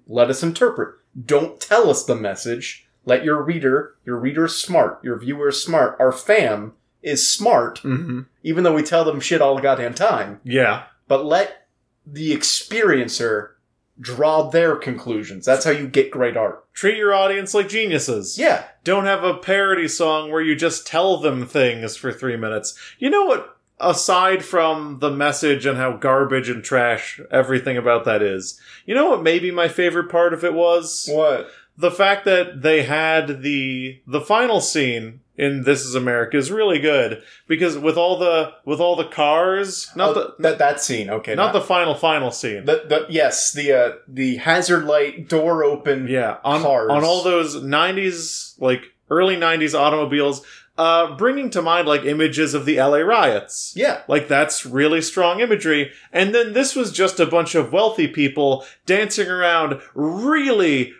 B: let us interpret. Don't tell us the message. Let your reader, your reader is smart, your viewer is smart, our fam is smart,
A: hmm
B: even though we tell them shit all the goddamn time.
A: Yeah.
B: But let the experiencer draw their conclusions. That's how you get great art.
A: Treat your audience like geniuses.
B: Yeah.
A: don't have a parody song where you just tell them things for three minutes. You know what? Aside from the message and how garbage and trash everything about that is, you know what? Maybe my favorite part of it was
B: What?
A: the fact that they had the the final scene in This Is America is really good because with all the with all the cars, not
B: oh,
A: the
B: that that scene. Okay.
A: not the final final scene.
B: the, the yes the uh, the hazard light door open.
A: Yeah, on
B: cars.
A: on all those '90s, like early '90s automobiles, uh, bringing to mind like images of the LA riots.
B: Yeah.
A: Like that's really strong imagery. And then this was just a bunch of wealthy people dancing around really,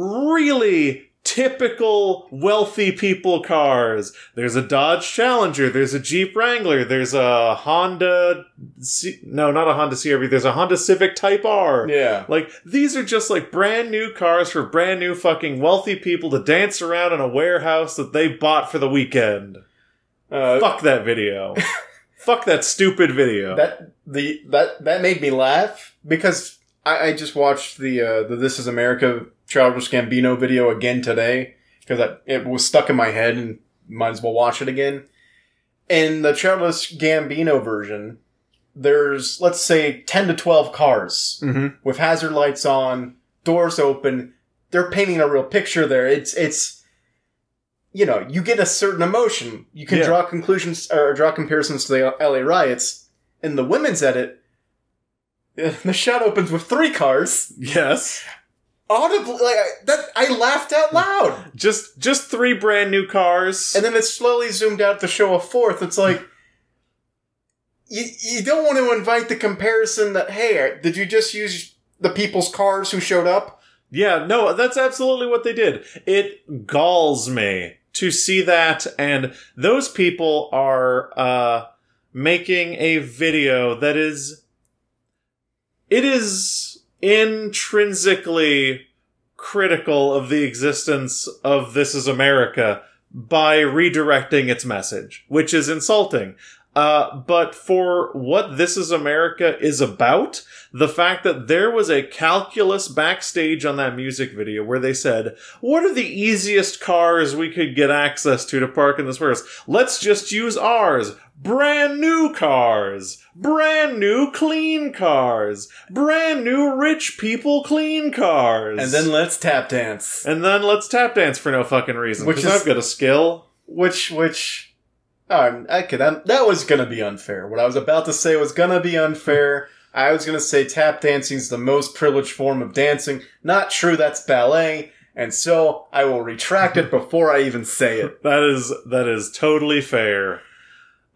A: really typical wealthy people cars. There's a Dodge Challenger, there's a Jeep Wrangler, there's a Honda, C- no, not a Honda CRV, there's a Honda Civic Type R.
B: Yeah.
A: Like, these are just like brand new cars for brand new fucking wealthy people to dance around in a warehouse that they bought for the weekend.
B: Uh,
A: Fuck that video. Fuck that stupid video.
B: that the that that made me laugh because I, I just watched the uh, the This Is America Childish Gambino video again today because it was stuck in my head and might as well watch it again. In the Childish Gambino version, there's let's say ten to twelve cars
A: Mhm.
B: with hazard lights on, doors open. They're painting a real picture there. It's it's you know you get a certain emotion. You can
A: Yeah.
B: draw conclusions or draw comparisons to the L.A. riots. In the women's edit, the shot opens with three cars.
A: Yes.
B: Audibly, like I- that, I laughed out loud.
A: Just just three brand new cars.
B: And then it slowly zoomed out to show a fourth. It's like. You, you don't want to invite the comparison that hey did you just use the people's cars who showed up
A: yeah, no, that's absolutely what they did. It galls me to see that and those people are uh making a video that is it is intrinsically critical of the existence of this is america by redirecting its message which is insulting Uh, but for what This Is America is about, the fact that there was a calculus backstage on that music video where they said, What are the easiest cars we could get access to to park in this warehouse? Let's just use ours. Brand new cars. Brand new clean cars. Brand new rich people clean cars.
B: And then let's tap dance.
A: and then let's tap dance for no fucking reason.
B: Which
A: Which
B: is-
A: I've got a skill.
B: Which, which, um, I could, um, that was gonna be unfair. What I was about to say was gonna be unfair. I was gonna say tap dancing is the most privileged form of dancing. Not true, that's ballet. And so I will retract it before I even say it.
A: That is that is totally fair.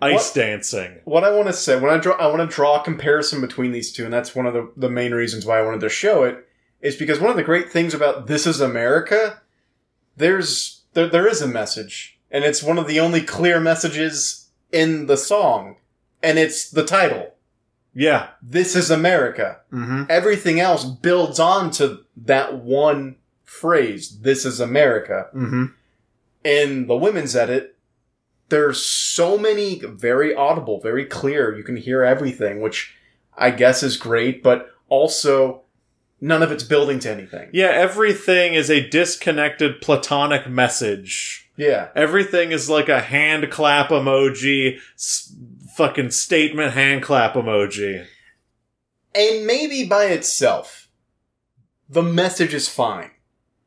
A: Ice dancing.
B: what I want to say when I draw, I want to draw a comparison between these two, and that's one of the, the main reasons why I wanted to show it is because one of the great things about This Is America, there's there, there is a message, and it's one of the only clear messages in the song, and it's the title.
A: Yeah.
B: This is America.
A: Mm-hmm.
B: Everything else builds on to that one phrase. This is America
A: Mm-hmm.
B: in the women's edit, there's so many very audible, very clear. You can hear everything, which I guess is great, but also none of it's building to anything.
A: Yeah, everything is a disconnected platonic message.
B: Yeah.
A: Everything is like a hand clap emoji, s- fucking statement hand clap emoji.
B: And maybe by itself, the message is fine.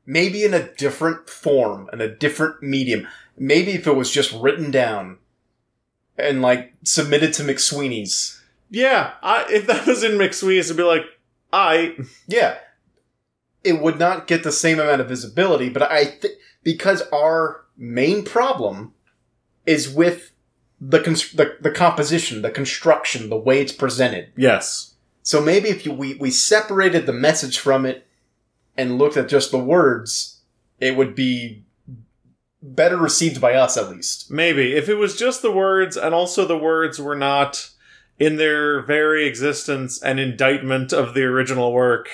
B: Maybe in a different form, in a different medium. Maybe if it was just written down and like submitted to McSweeney's.
A: Yeah, I, if that was in McSweeney's, it'd be like, I.
B: Yeah, it would not get the same amount of visibility, but I think because our main problem is with the, cons- the the composition, the construction, the way it's presented.
A: Yes.
B: So maybe if you, we we separated the message from it and looked at just the words, it would be better received by us at least.
A: Maybe. If it was just the words, and also the words were not in their very existence an indictment of the original work,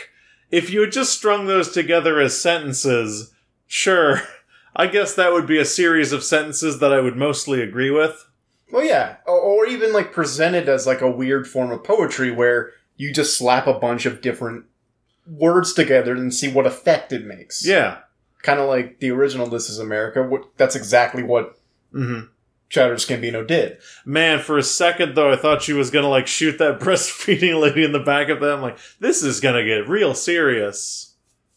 A: if you had just strung those together as sentences, sure. I guess that would be a series of sentences that I would mostly agree with.
B: Well, yeah, or, or even like presented as like a weird form of poetry where you just slap a bunch of different words together and see what effect it makes.
A: Yeah.
B: kind of like the original "This Is America." wh- That's exactly what
A: hmm
B: Chowder Scambino did.
A: Man, for a second though, I thought she was gonna like shoot that breastfeeding lady in the back of them. Like, this is gonna get real serious.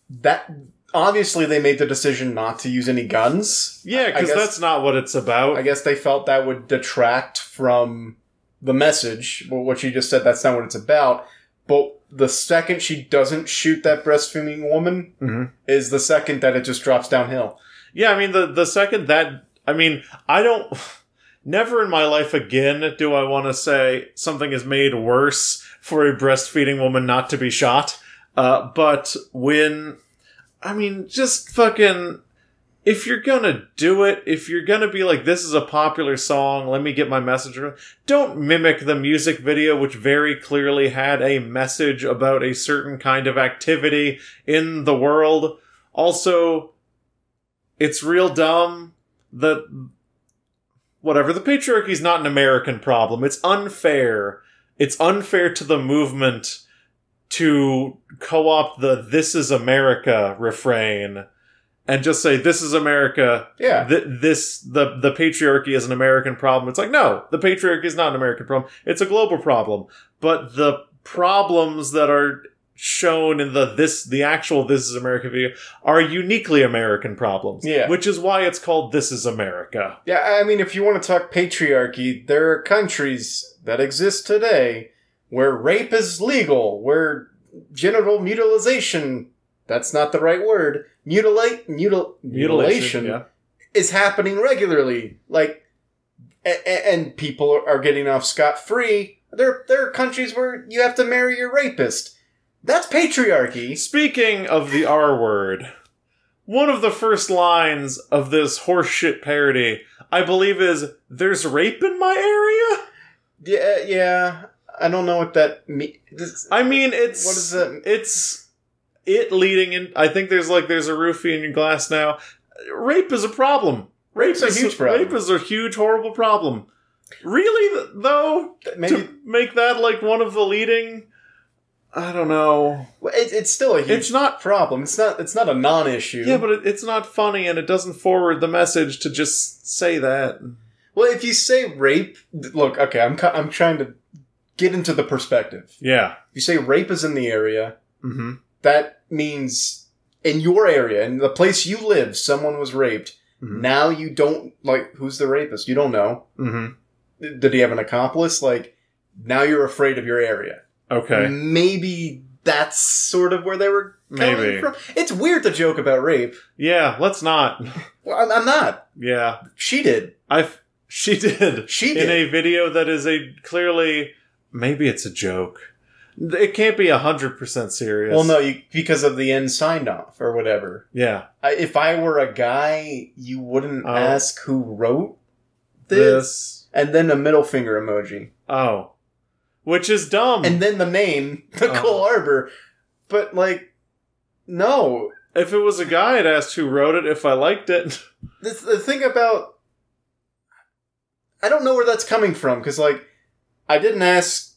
B: That obviously they made the decision not to use any guns.
A: Yeah,
B: I
A: because
B: guess-
A: that's not what it's about.
B: I guess they felt that would detract from the message. Well, what you just said, that's not what it's about. But the second she doesn't shoot that breastfeeding woman
A: Mhm.
B: is the second that it just drops downhill.
A: Yeah, I mean the the second that I mean, I don't never in my life again do I want to say something is made worse for a breastfeeding woman not to be shot. Uh, but when I mean just fucking if you're gonna do it, if you're gonna be like, this is a popular song, let me get my message, across," don't mimic the music video, which very clearly had a message about a certain kind of activity in the world. Also, it's real dumb that whatever the patriarchy's not an american problem it's unfair it's unfair to the movement to co-opt the this is america refrain and just say this is america
B: Yeah,
A: Th- this the the patriarchy is an american problem it's like no the patriarchy is not an american problem it's a global problem but the problems that are shown in the this the actual this is america video are uniquely american problems
B: Yeah.
A: which is why it's called this is america
B: Yeah, I mean, if you want to talk patriarchy, there are countries that exist today where rape is legal, where genital mutilation, that's not the right word, mutilate, mutil, mutilation
A: yeah
B: is happening regularly. Like, a- a- and people are- are getting off scot free. There, there are countries where you have to marry your rapist. That's patriarchy.
A: Speaking of the R word, one of the first lines of this horseshit parody, I believe, is "There's rape in my area."
B: Yeah, yeah. I don't know what that means.
A: I mean, it's
B: What does that?
A: it's it leading in. I think there's like there's a roofie in your glass now. Rape is a problem. Rape
B: Rape's a
A: is
B: huge problem.
A: Rape is a huge horrible problem. Really, th- though,
B: Maybe
A: to make that like one of the leading, I don't know.
B: Well, it, it's still a huge
A: It's not.
B: problem. It's not. It's not a non-issue.
A: Yeah, but it, it's not funny, and it doesn't forward the message to just say that.
B: well, if you say rape, th- look, okay, I'm cu- I'm trying to get into the perspective.
A: Yeah.
B: If you say rape is in the area,
A: Mm-hmm.
B: that means in your area, in the place you live, someone was raped.
A: Mhm.
B: Now you don't like who's the rapist. You don't know.
A: Mm-hmm.
B: Did he have an accomplice? Like now you're afraid of your area.
A: Okay.
B: Mm. Maybe that's sort of where they were coming
A: Maybe.
B: from. It's weird to joke about rape.
A: Yeah. Let's not.
B: Well, I'm, I'm not.
A: Yeah.
B: She did.
A: I. She did.
B: She
A: in
B: did.
A: a video that is a clearly maybe it's a joke. It can't be hundred percent serious.
B: Well, no, you, because of the end signed off or whatever.
A: Yeah.
B: I, if I were a guy, you wouldn't
A: Oh.
B: ask who wrote this.
A: This.
B: And then a middle finger emoji.
A: Oh. Which is dumb.
B: And then the name,
A: Oh.
B: Nicole Arbor. But, like, no.
A: if it was a guy, I'd asked who wrote it if I liked it.
B: This, the thing about. I don't know where that's coming from, because, like, I didn't ask.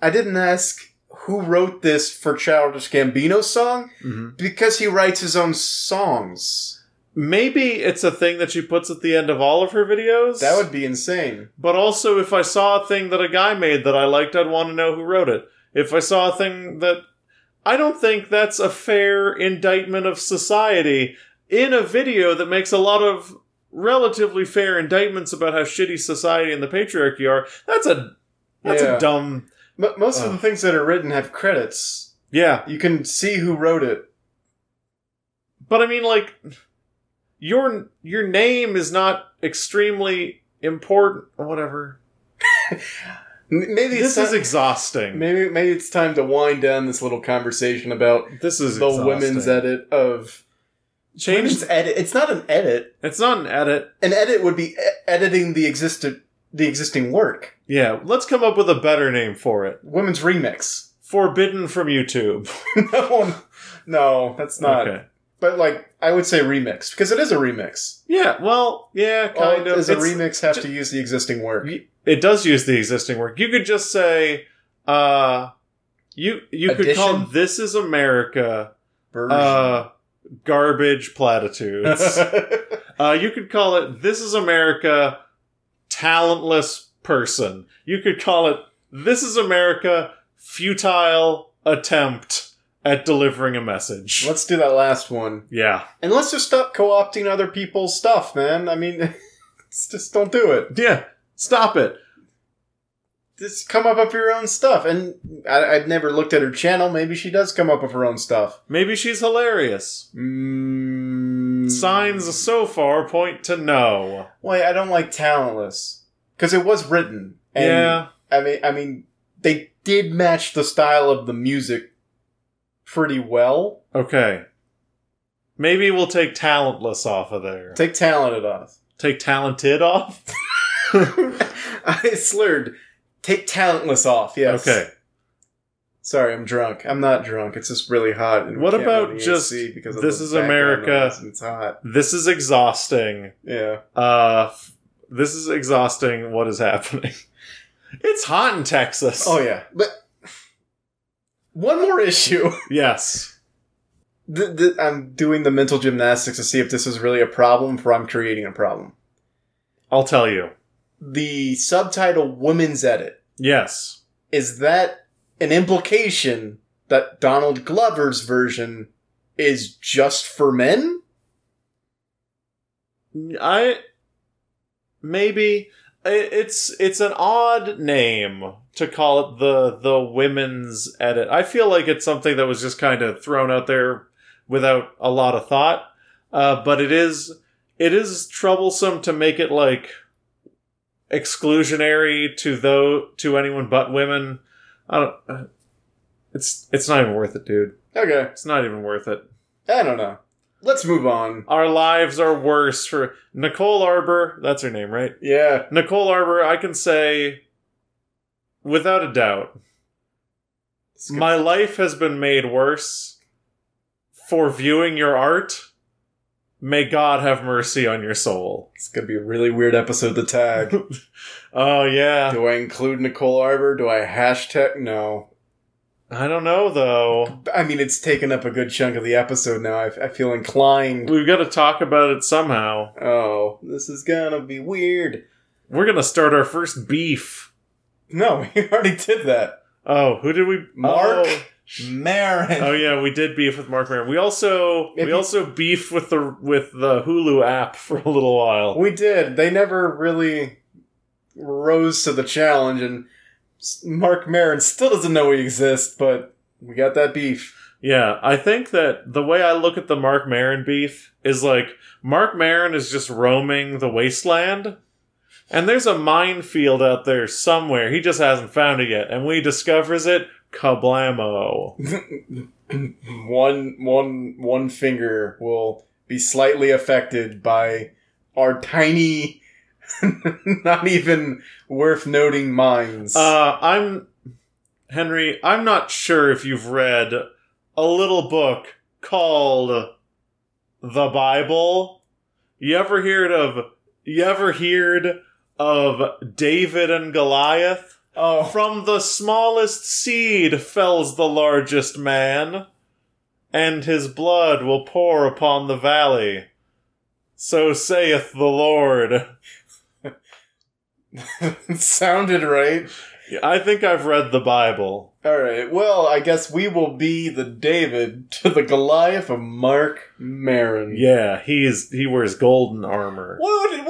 B: I didn't ask who wrote this for Childish Gambino's song, because he writes his own songs.
A: Maybe it's a thing that she puts at the end of all of her videos.
B: That would be insane.
A: But also, if I saw a thing that a guy made that I liked, I'd want to know who wrote it. If I saw a thing that. I don't think that's a fair indictment of society in a video that makes a lot of relatively fair indictments about how shitty society and the patriarchy are. That's a. That's
B: Yeah.
A: a dumb.
B: Mo- most of
A: Ugh.
B: the things that are written have credits.
A: Yeah.
B: You can see who wrote it.
A: But I mean, like, your your name is not extremely important. Whatever.
B: M- Maybe
A: This
B: it's
A: is
B: ti-
A: exhausting.
B: maybe maybe it's time to wind down this little conversation about
A: This is
B: the
A: exhausting.
B: women's edit of
A: Change.
B: women's edit. It's not an edit.
A: It's not an edit.
B: An edit would be e- editing the existed the existing work.
A: Yeah, let's come up with a better name for it.
B: Women's remix.
A: Forbidden from YouTube.
B: no, no, that's not.
A: okay.
B: But like, I would say remix because it is a remix.
A: Yeah. Well. Yeah.
B: All
A: Kind of.
B: Does a
A: It's-
B: remix have
A: ju-
B: to use the existing work?
A: It does use the existing work. You could just say, uh, you you could call
B: Addition?
A: "This Is America"
B: Version.
A: uh, garbage platitudes. Uh, you could call it This is America Talentless Person. You could call it This is America Futile Attempt at Delivering a Message.
B: Let's do that last one.
A: Yeah.
B: And let's just stop co-opting other people's stuff, man. I mean, it's just don't do it.
A: Yeah. Stop it.
B: Just come up with your own stuff. And I, I've never looked at her channel. Maybe she does come up with her own stuff.
A: Maybe she's hilarious.
B: Mm.
A: Signs so far point to no.
B: Wait, I don't like talentless because it was written. And
A: yeah.
B: I mean, I mean, they did match the style of the music pretty well.
A: Okay. Maybe we'll take talentless off of there.
B: Take talented off.
A: Take talented off?
B: I slurred. Take talentless off. Yes.
A: Okay.
B: Sorry, I'm drunk. I'm not drunk. It's just really hot. And we
A: What
B: can't
A: about
B: run the
A: just,
B: AC because of
A: "This
B: the
A: is
B: background
A: America."
B: noise. It's hot.
A: This is exhausting.
B: Yeah.
A: Uh, f- this is exhausting. What is happening? It's hot in Texas.
B: Oh yeah. But one more issue.
A: yes.
B: Th- th- I'm doing the mental gymnastics to see if this is really a problem or I'm creating a problem.
A: I'll tell you.
B: The subtitle "Women's Edit"
A: Yes.
B: is that an implication that Donald Glover's version is just for men?
A: I maybe I- it's it's an odd name to call it the the women's edit. I feel like it's something that was just kind of thrown out there without a lot of thought. Uh, but it is it is troublesome to make it like exclusionary to though to anyone but women. I don't. uh, It's it's not even worth it, dude.
B: Okay,
A: It's not even worth it.
B: I don't know. Let's move on.
A: Our lives are worse for Nicole Arbor. That's her name, right?
B: Yeah.
A: Nicole Arbor, I can say without a doubt, my life has been made worse for viewing your art May God have mercy on your soul.
B: It's gonna be a really weird episode to tag.
A: Oh, yeah.
B: Do I include Nicole Arbor? Do I hashtag? No.
A: I don't know, though.
B: I mean, it's taken up a good chunk of the episode now. I, I feel inclined.
A: We've got to talk about it somehow.
B: Oh, this is gonna be weird.
A: We're going to start our first beef.
B: No, we already did that.
A: Oh, who did we?
B: Mark
A: Oh,
B: Marin.
A: oh yeah, we did beef with Mark Maron. We also
B: If
A: we
B: you-
A: also beefed with the with the Hulu app for a little while.
B: We did. They never really rose to the challenge, and s- Mark Marin still doesn't know we exist, but we got that beef.
A: Yeah, I think that the way I look at the Mark Maron beef is like Mark Maron is just roaming the wasteland, and there's a minefield out there somewhere. He just hasn't found it yet, and when he discovers it, kablamo!
B: one, one, one finger will be slightly affected by our tiny, not even worth noting minds.
A: Uh, I'm Henry. I'm not sure if you've read a little book called the Bible. You ever heard of? You ever heard of David and Goliath?
B: oh,
A: From the smallest seed fells the largest man, and his blood will pour upon the valley. So saith the Lord.
B: sounded right.
A: I think I've read the Bible.
B: All right. Well, I guess we will be the David to the Goliath of Mark Marin.
A: Yeah, he is. He wears golden armor.
B: What would it,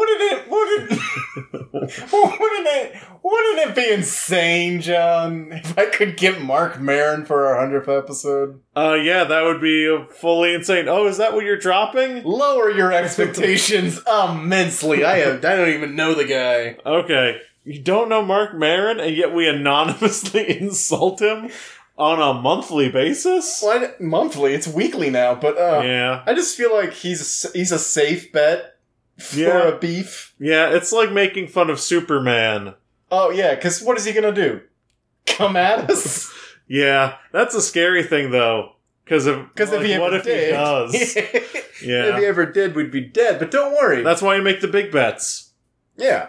B: wouldn't it, wouldn't, wouldn't it, wouldn't it be insane, John, if I could get Mark Marin for our 100th episode?
A: Uh, yeah, that would be fully insane. Oh, is that what you're dropping?
B: Lower your expectations immensely. I have, I don't even know the guy.
A: Okay, you don't know Mark Maron, and yet we anonymously insult him on a monthly basis.
B: What? Monthly, it's weekly now, but, uh,
A: Yeah,
B: I just feel like he's, a s- he's a safe bet for
A: Yeah.
B: a beef.
A: yeah, it's like making fun of Superman.
B: Oh, yeah, because what is he gonna do? Come at us?
A: Yeah, that's a scary thing though, because if
B: Because
A: like,
B: if he
A: what
B: ever
A: if
B: did,
A: he does?
B: if he
A: yeah,
B: ever did, we'd be dead. But don't worry.
A: that's why you make the big bets.
B: yeah.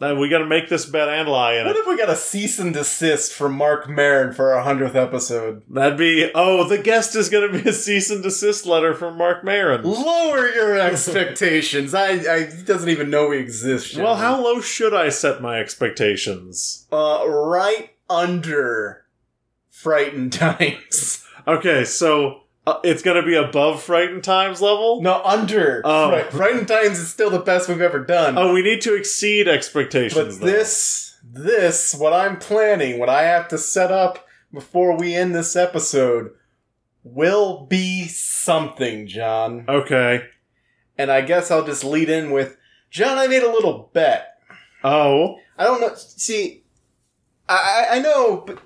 A: Uh, We got to make this bet and lie in it.
B: What if we got a cease and desist from Mark Marin for our hundredth episode?
A: That'd be oh, the guest is gonna be a cease and desist letter from Mark Maron.
B: Lower your expectations. I, I he doesn't even know we exist. Shannon.
A: Well, how low should I set my expectations?
B: Uh, right under frightened times.
A: Okay, so uh, it's gonna be above Frightened Times level.
B: No, under.
A: Oh.
B: Fri- frightened times is still the best we've ever done.
A: Oh, we need to exceed
B: but
A: expectations. though.
B: this, this, what I'm planning, what I have to set up before we end this episode, will be something, John.
A: Okay.
B: And I guess I'll just lead in with John, I made a little bet.
A: Oh.
B: I don't know. See, I, I I know, but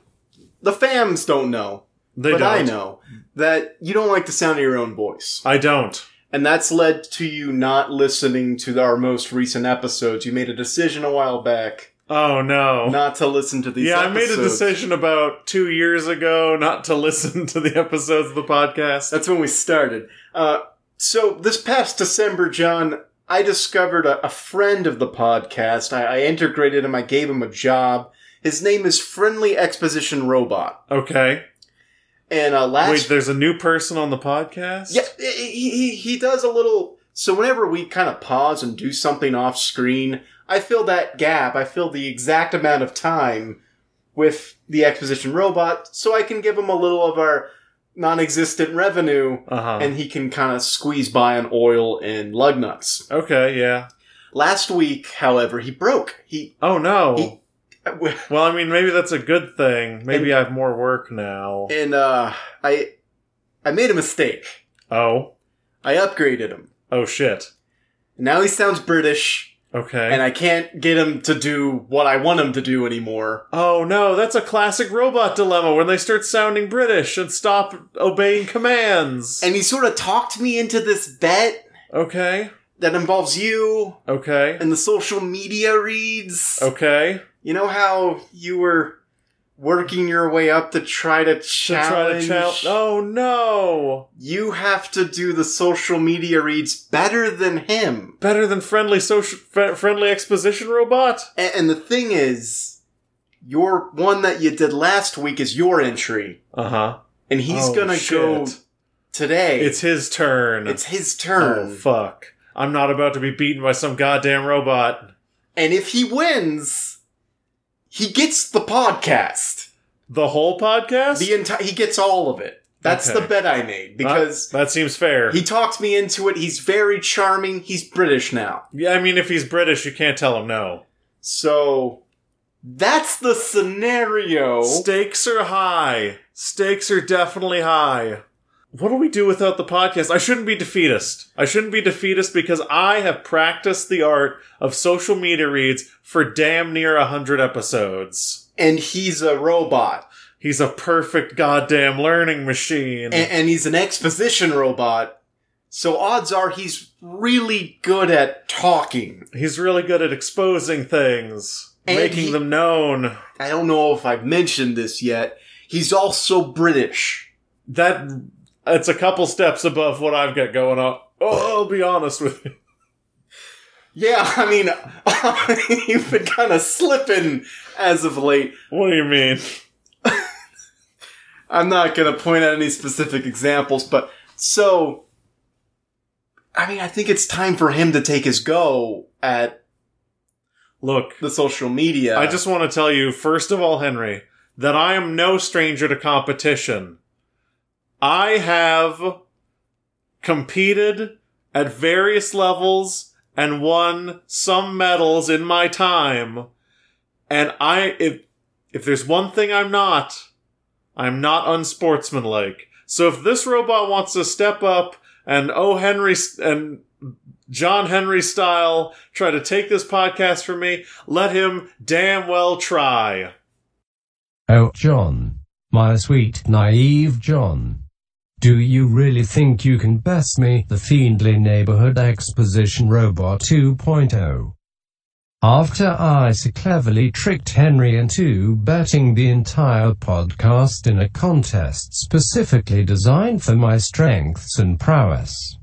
B: the fams don't know.
A: They
B: but
A: don't.
B: I know that you don't like the sound of your own voice.
A: I don't.
B: And that's led to you not listening to our most recent episodes. You made a decision a while back
A: Oh no.
B: not to listen to these
A: yeah, I made a
B: episodes.
A: decision about two years ago not to listen to the episodes of the podcast.
B: That's when we started. Uh, so this past December, John, I discovered a, a friend of the podcast. I, I integrated him. I gave him a job. His name is Friendly Exposition Robot.
A: okay.
B: And uh,
A: Wait,
B: last
A: there's a new person on the podcast.
B: yeah, he, he he does a little. So whenever we kind of pause and do something off screen, I fill that gap. I fill the exact amount of time with the exposition robot, so I can give him a little of our non-existent revenue
A: Uh huh.
B: and he can kind of squeeze by on oil and lug nuts.
A: okay. Yeah.
B: Last week, however, he broke. He
A: Oh no.
B: He-
A: Well, I mean, maybe that's a good thing. Maybe I have more work now.
B: and uh, I I made a mistake.
A: Oh.
B: I upgraded him.
A: Oh shit.
B: Now he sounds British,
A: Okay.
B: and I can't get him to do what I want him to do anymore.
A: oh no, that's a classic robot dilemma when they start sounding British and stop obeying commands.
B: And he sort of talked me into this bet
A: okay.
B: that involves you
A: Okay.
B: and the social media reads.
A: Okay.
B: You know how you were working your way up to try to
A: To
B: challenge.
A: try to chal- oh no!
B: You have to do the social media reads better than him.
A: Better than friendly social fr- friendly exposition robot.
B: A- And, the thing is, your one that you did last week is your entry,
A: Uh huh.
B: and he's
A: Oh,
B: gonna go
A: shit.
B: today.
A: It's his turn.
B: it's his
A: oh
B: turn,
A: fuck! I'm not about to be beaten by some goddamn robot.
B: and if he wins, he gets the podcast.
A: The whole podcast.
B: The entire he gets all of it. That's
A: Okay.
B: the bet I made
A: That-
B: because
A: that, seems fair.
B: he talked me into it. He's very charming. He's British now.
A: yeah, I mean, if he's British, you can't tell him no.
B: So that's the scenario.
A: Stakes are high. Stakes are definitely high. What do we do without the podcast? I shouldn't be defeatist. I shouldn't be defeatist because I have practiced the art of social media reads for damn near a hundred episodes.
B: and he's a robot.
A: He's a perfect goddamn learning machine.
B: And, and he's an exposition robot. So odds are he's really good at talking.
A: He's really good at exposing things,
B: And
A: making
B: he-
A: them known.
B: I don't know if I've mentioned this yet. He's also British.
A: That it's a couple steps above what I've got going on. Oh, I'll be honest with you.
B: Yeah, I mean, you've been kind of slipping as of late.
A: What do you mean?
B: I'm not going to point out any specific examples, but so. I mean, I think it's time for him to take his go at
A: Look,
B: the social media.
A: I just want to tell you, first of all, Henry, that I am no stranger to competition. I have competed at various levels and won some medals in my time. And I, if, if there's one thing I'm not, I'm not unsportsmanlike. So if this robot wants to step up and oh Henry s- and John Henry style try to take this podcast from me, let him damn well try.
D: Oh, John. My sweet, naive John. Do you really think you can best me, the fiendly neighborhood exposition robot 2.0? After I so cleverly tricked Henry into betting the entire podcast in a contest specifically designed for my strengths and prowess.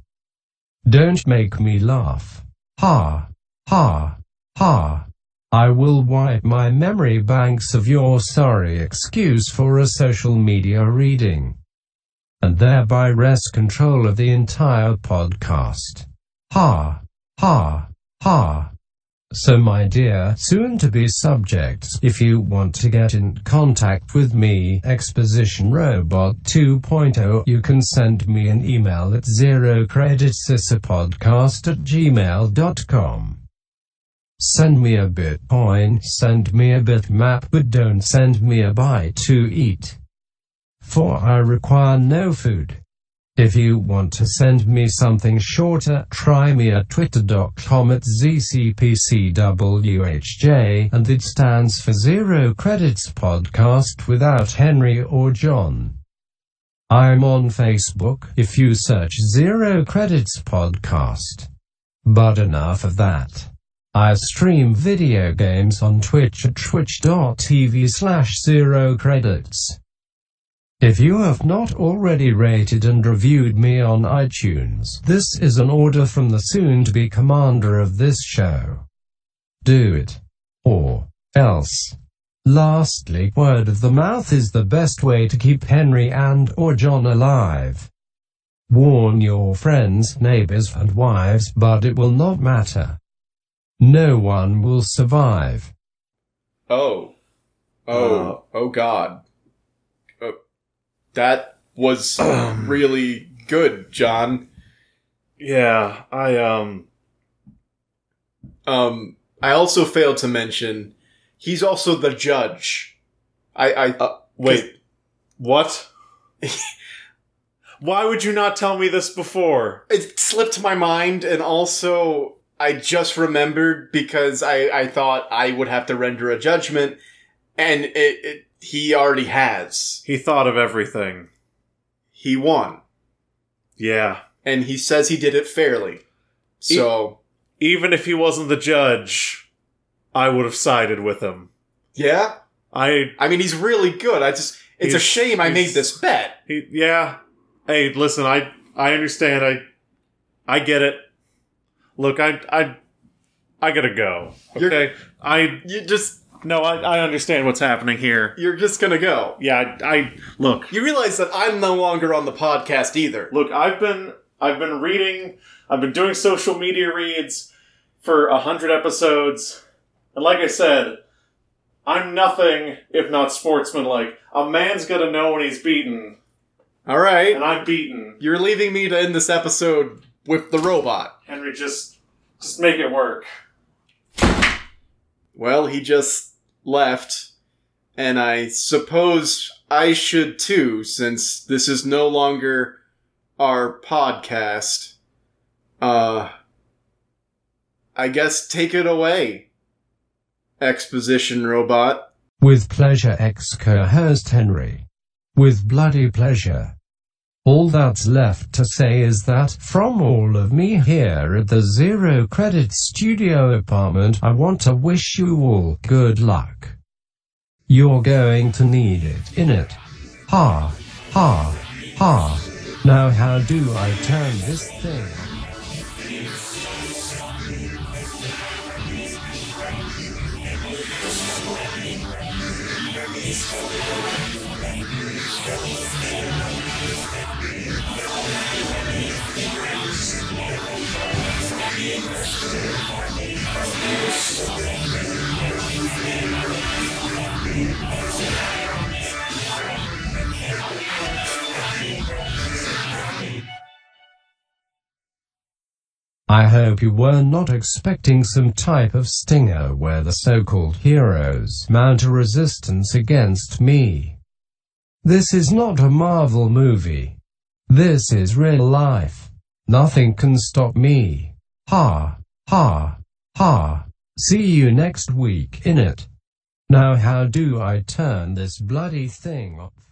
D: Don't make me laugh. Ha. Ha. Ha. I will wipe my memory banks of your sorry excuse for a social media reading. And thereby wrest control of the entire podcast. Ha, ha, ha. So, my dear soon to be subjects, if you want to get in contact with me, Exposition Robot 2.0, you can send me an email at zerocreditsisapodcast at gmail.com. Send me a bitcoin, send me a bitmap, but don't send me a bite to eat. For I require no food. If you want to send me something shorter, try me at twitter.com at zcpcwhj, and it stands for Zero Credits Podcast without Henry or John. I'm on Facebook if you search Zero Credits Podcast. But enough of that. I stream video games on Twitch at twitch.tv slash zero credits. If you have not already rated and reviewed me on iTunes, this is an order from the soon-to-be commander of this show. Do it. Or else. Lastly, word of the mouth is the best way to keep Henry and or John alive. Warn your friends, neighbors and wives, but it will not matter. No one will survive.
B: Oh. Oh. oh god. Uh, that was
A: Um.
B: really good, John.
A: Yeah, I um
B: Um I also failed to mention he's also the judge. I I
A: wait. What? Why would you not tell me this before?
B: it slipped my mind and also I just remembered because I I thought I would have to render a judgment and it, it he already has.
A: He thought of everything.
B: He won
A: Yeah.
B: and he says he did it fairly. So,
A: Even if he wasn't the judge, I would have sided with him.
B: yeah.
A: I
B: I mean, he's really good. I just it's a
A: He's-
B: shame I made
A: he's-
B: this bet.
A: He, yeah. Hey, listen, I I understand. I I get it. Look, I I I gotta go.
B: You're-
A: Okay, I
B: You just
A: no, I I understand what's happening here.
B: you're just gonna go.
A: Yeah, I, I look
B: You realize that I'm no longer on the podcast either.
A: look. I've been I've been reading. I've been doing social media reads for a hundred episodes, and like I said. I'm nothing if not sportsmanlike. A man's gotta know when he's beaten,
B: All right,
A: and I'm beaten.
B: you're leaving me to end this episode with the robot.
A: Henry, just, just make it work.
B: Well, he just left, and I suppose I should too, since this is no longer our podcast. Uh, I guess take it away, exposition robot.
D: With pleasure, ex co host Henry. With bloody pleasure. All that's left to say is that from all of me here at the Zero Credit Studio apartment, I want to wish you all good luck. You're going to need it, in it. Ha, ha, ha. Now, how do I turn this thing? I hope you were not expecting some type of stinger where the so-called heroes mount a resistance against me. This is not a Marvel movie. This is real life. Nothing can stop me. Ha, ha, ha. See you next week in it. Now how do I turn this bloody thing off?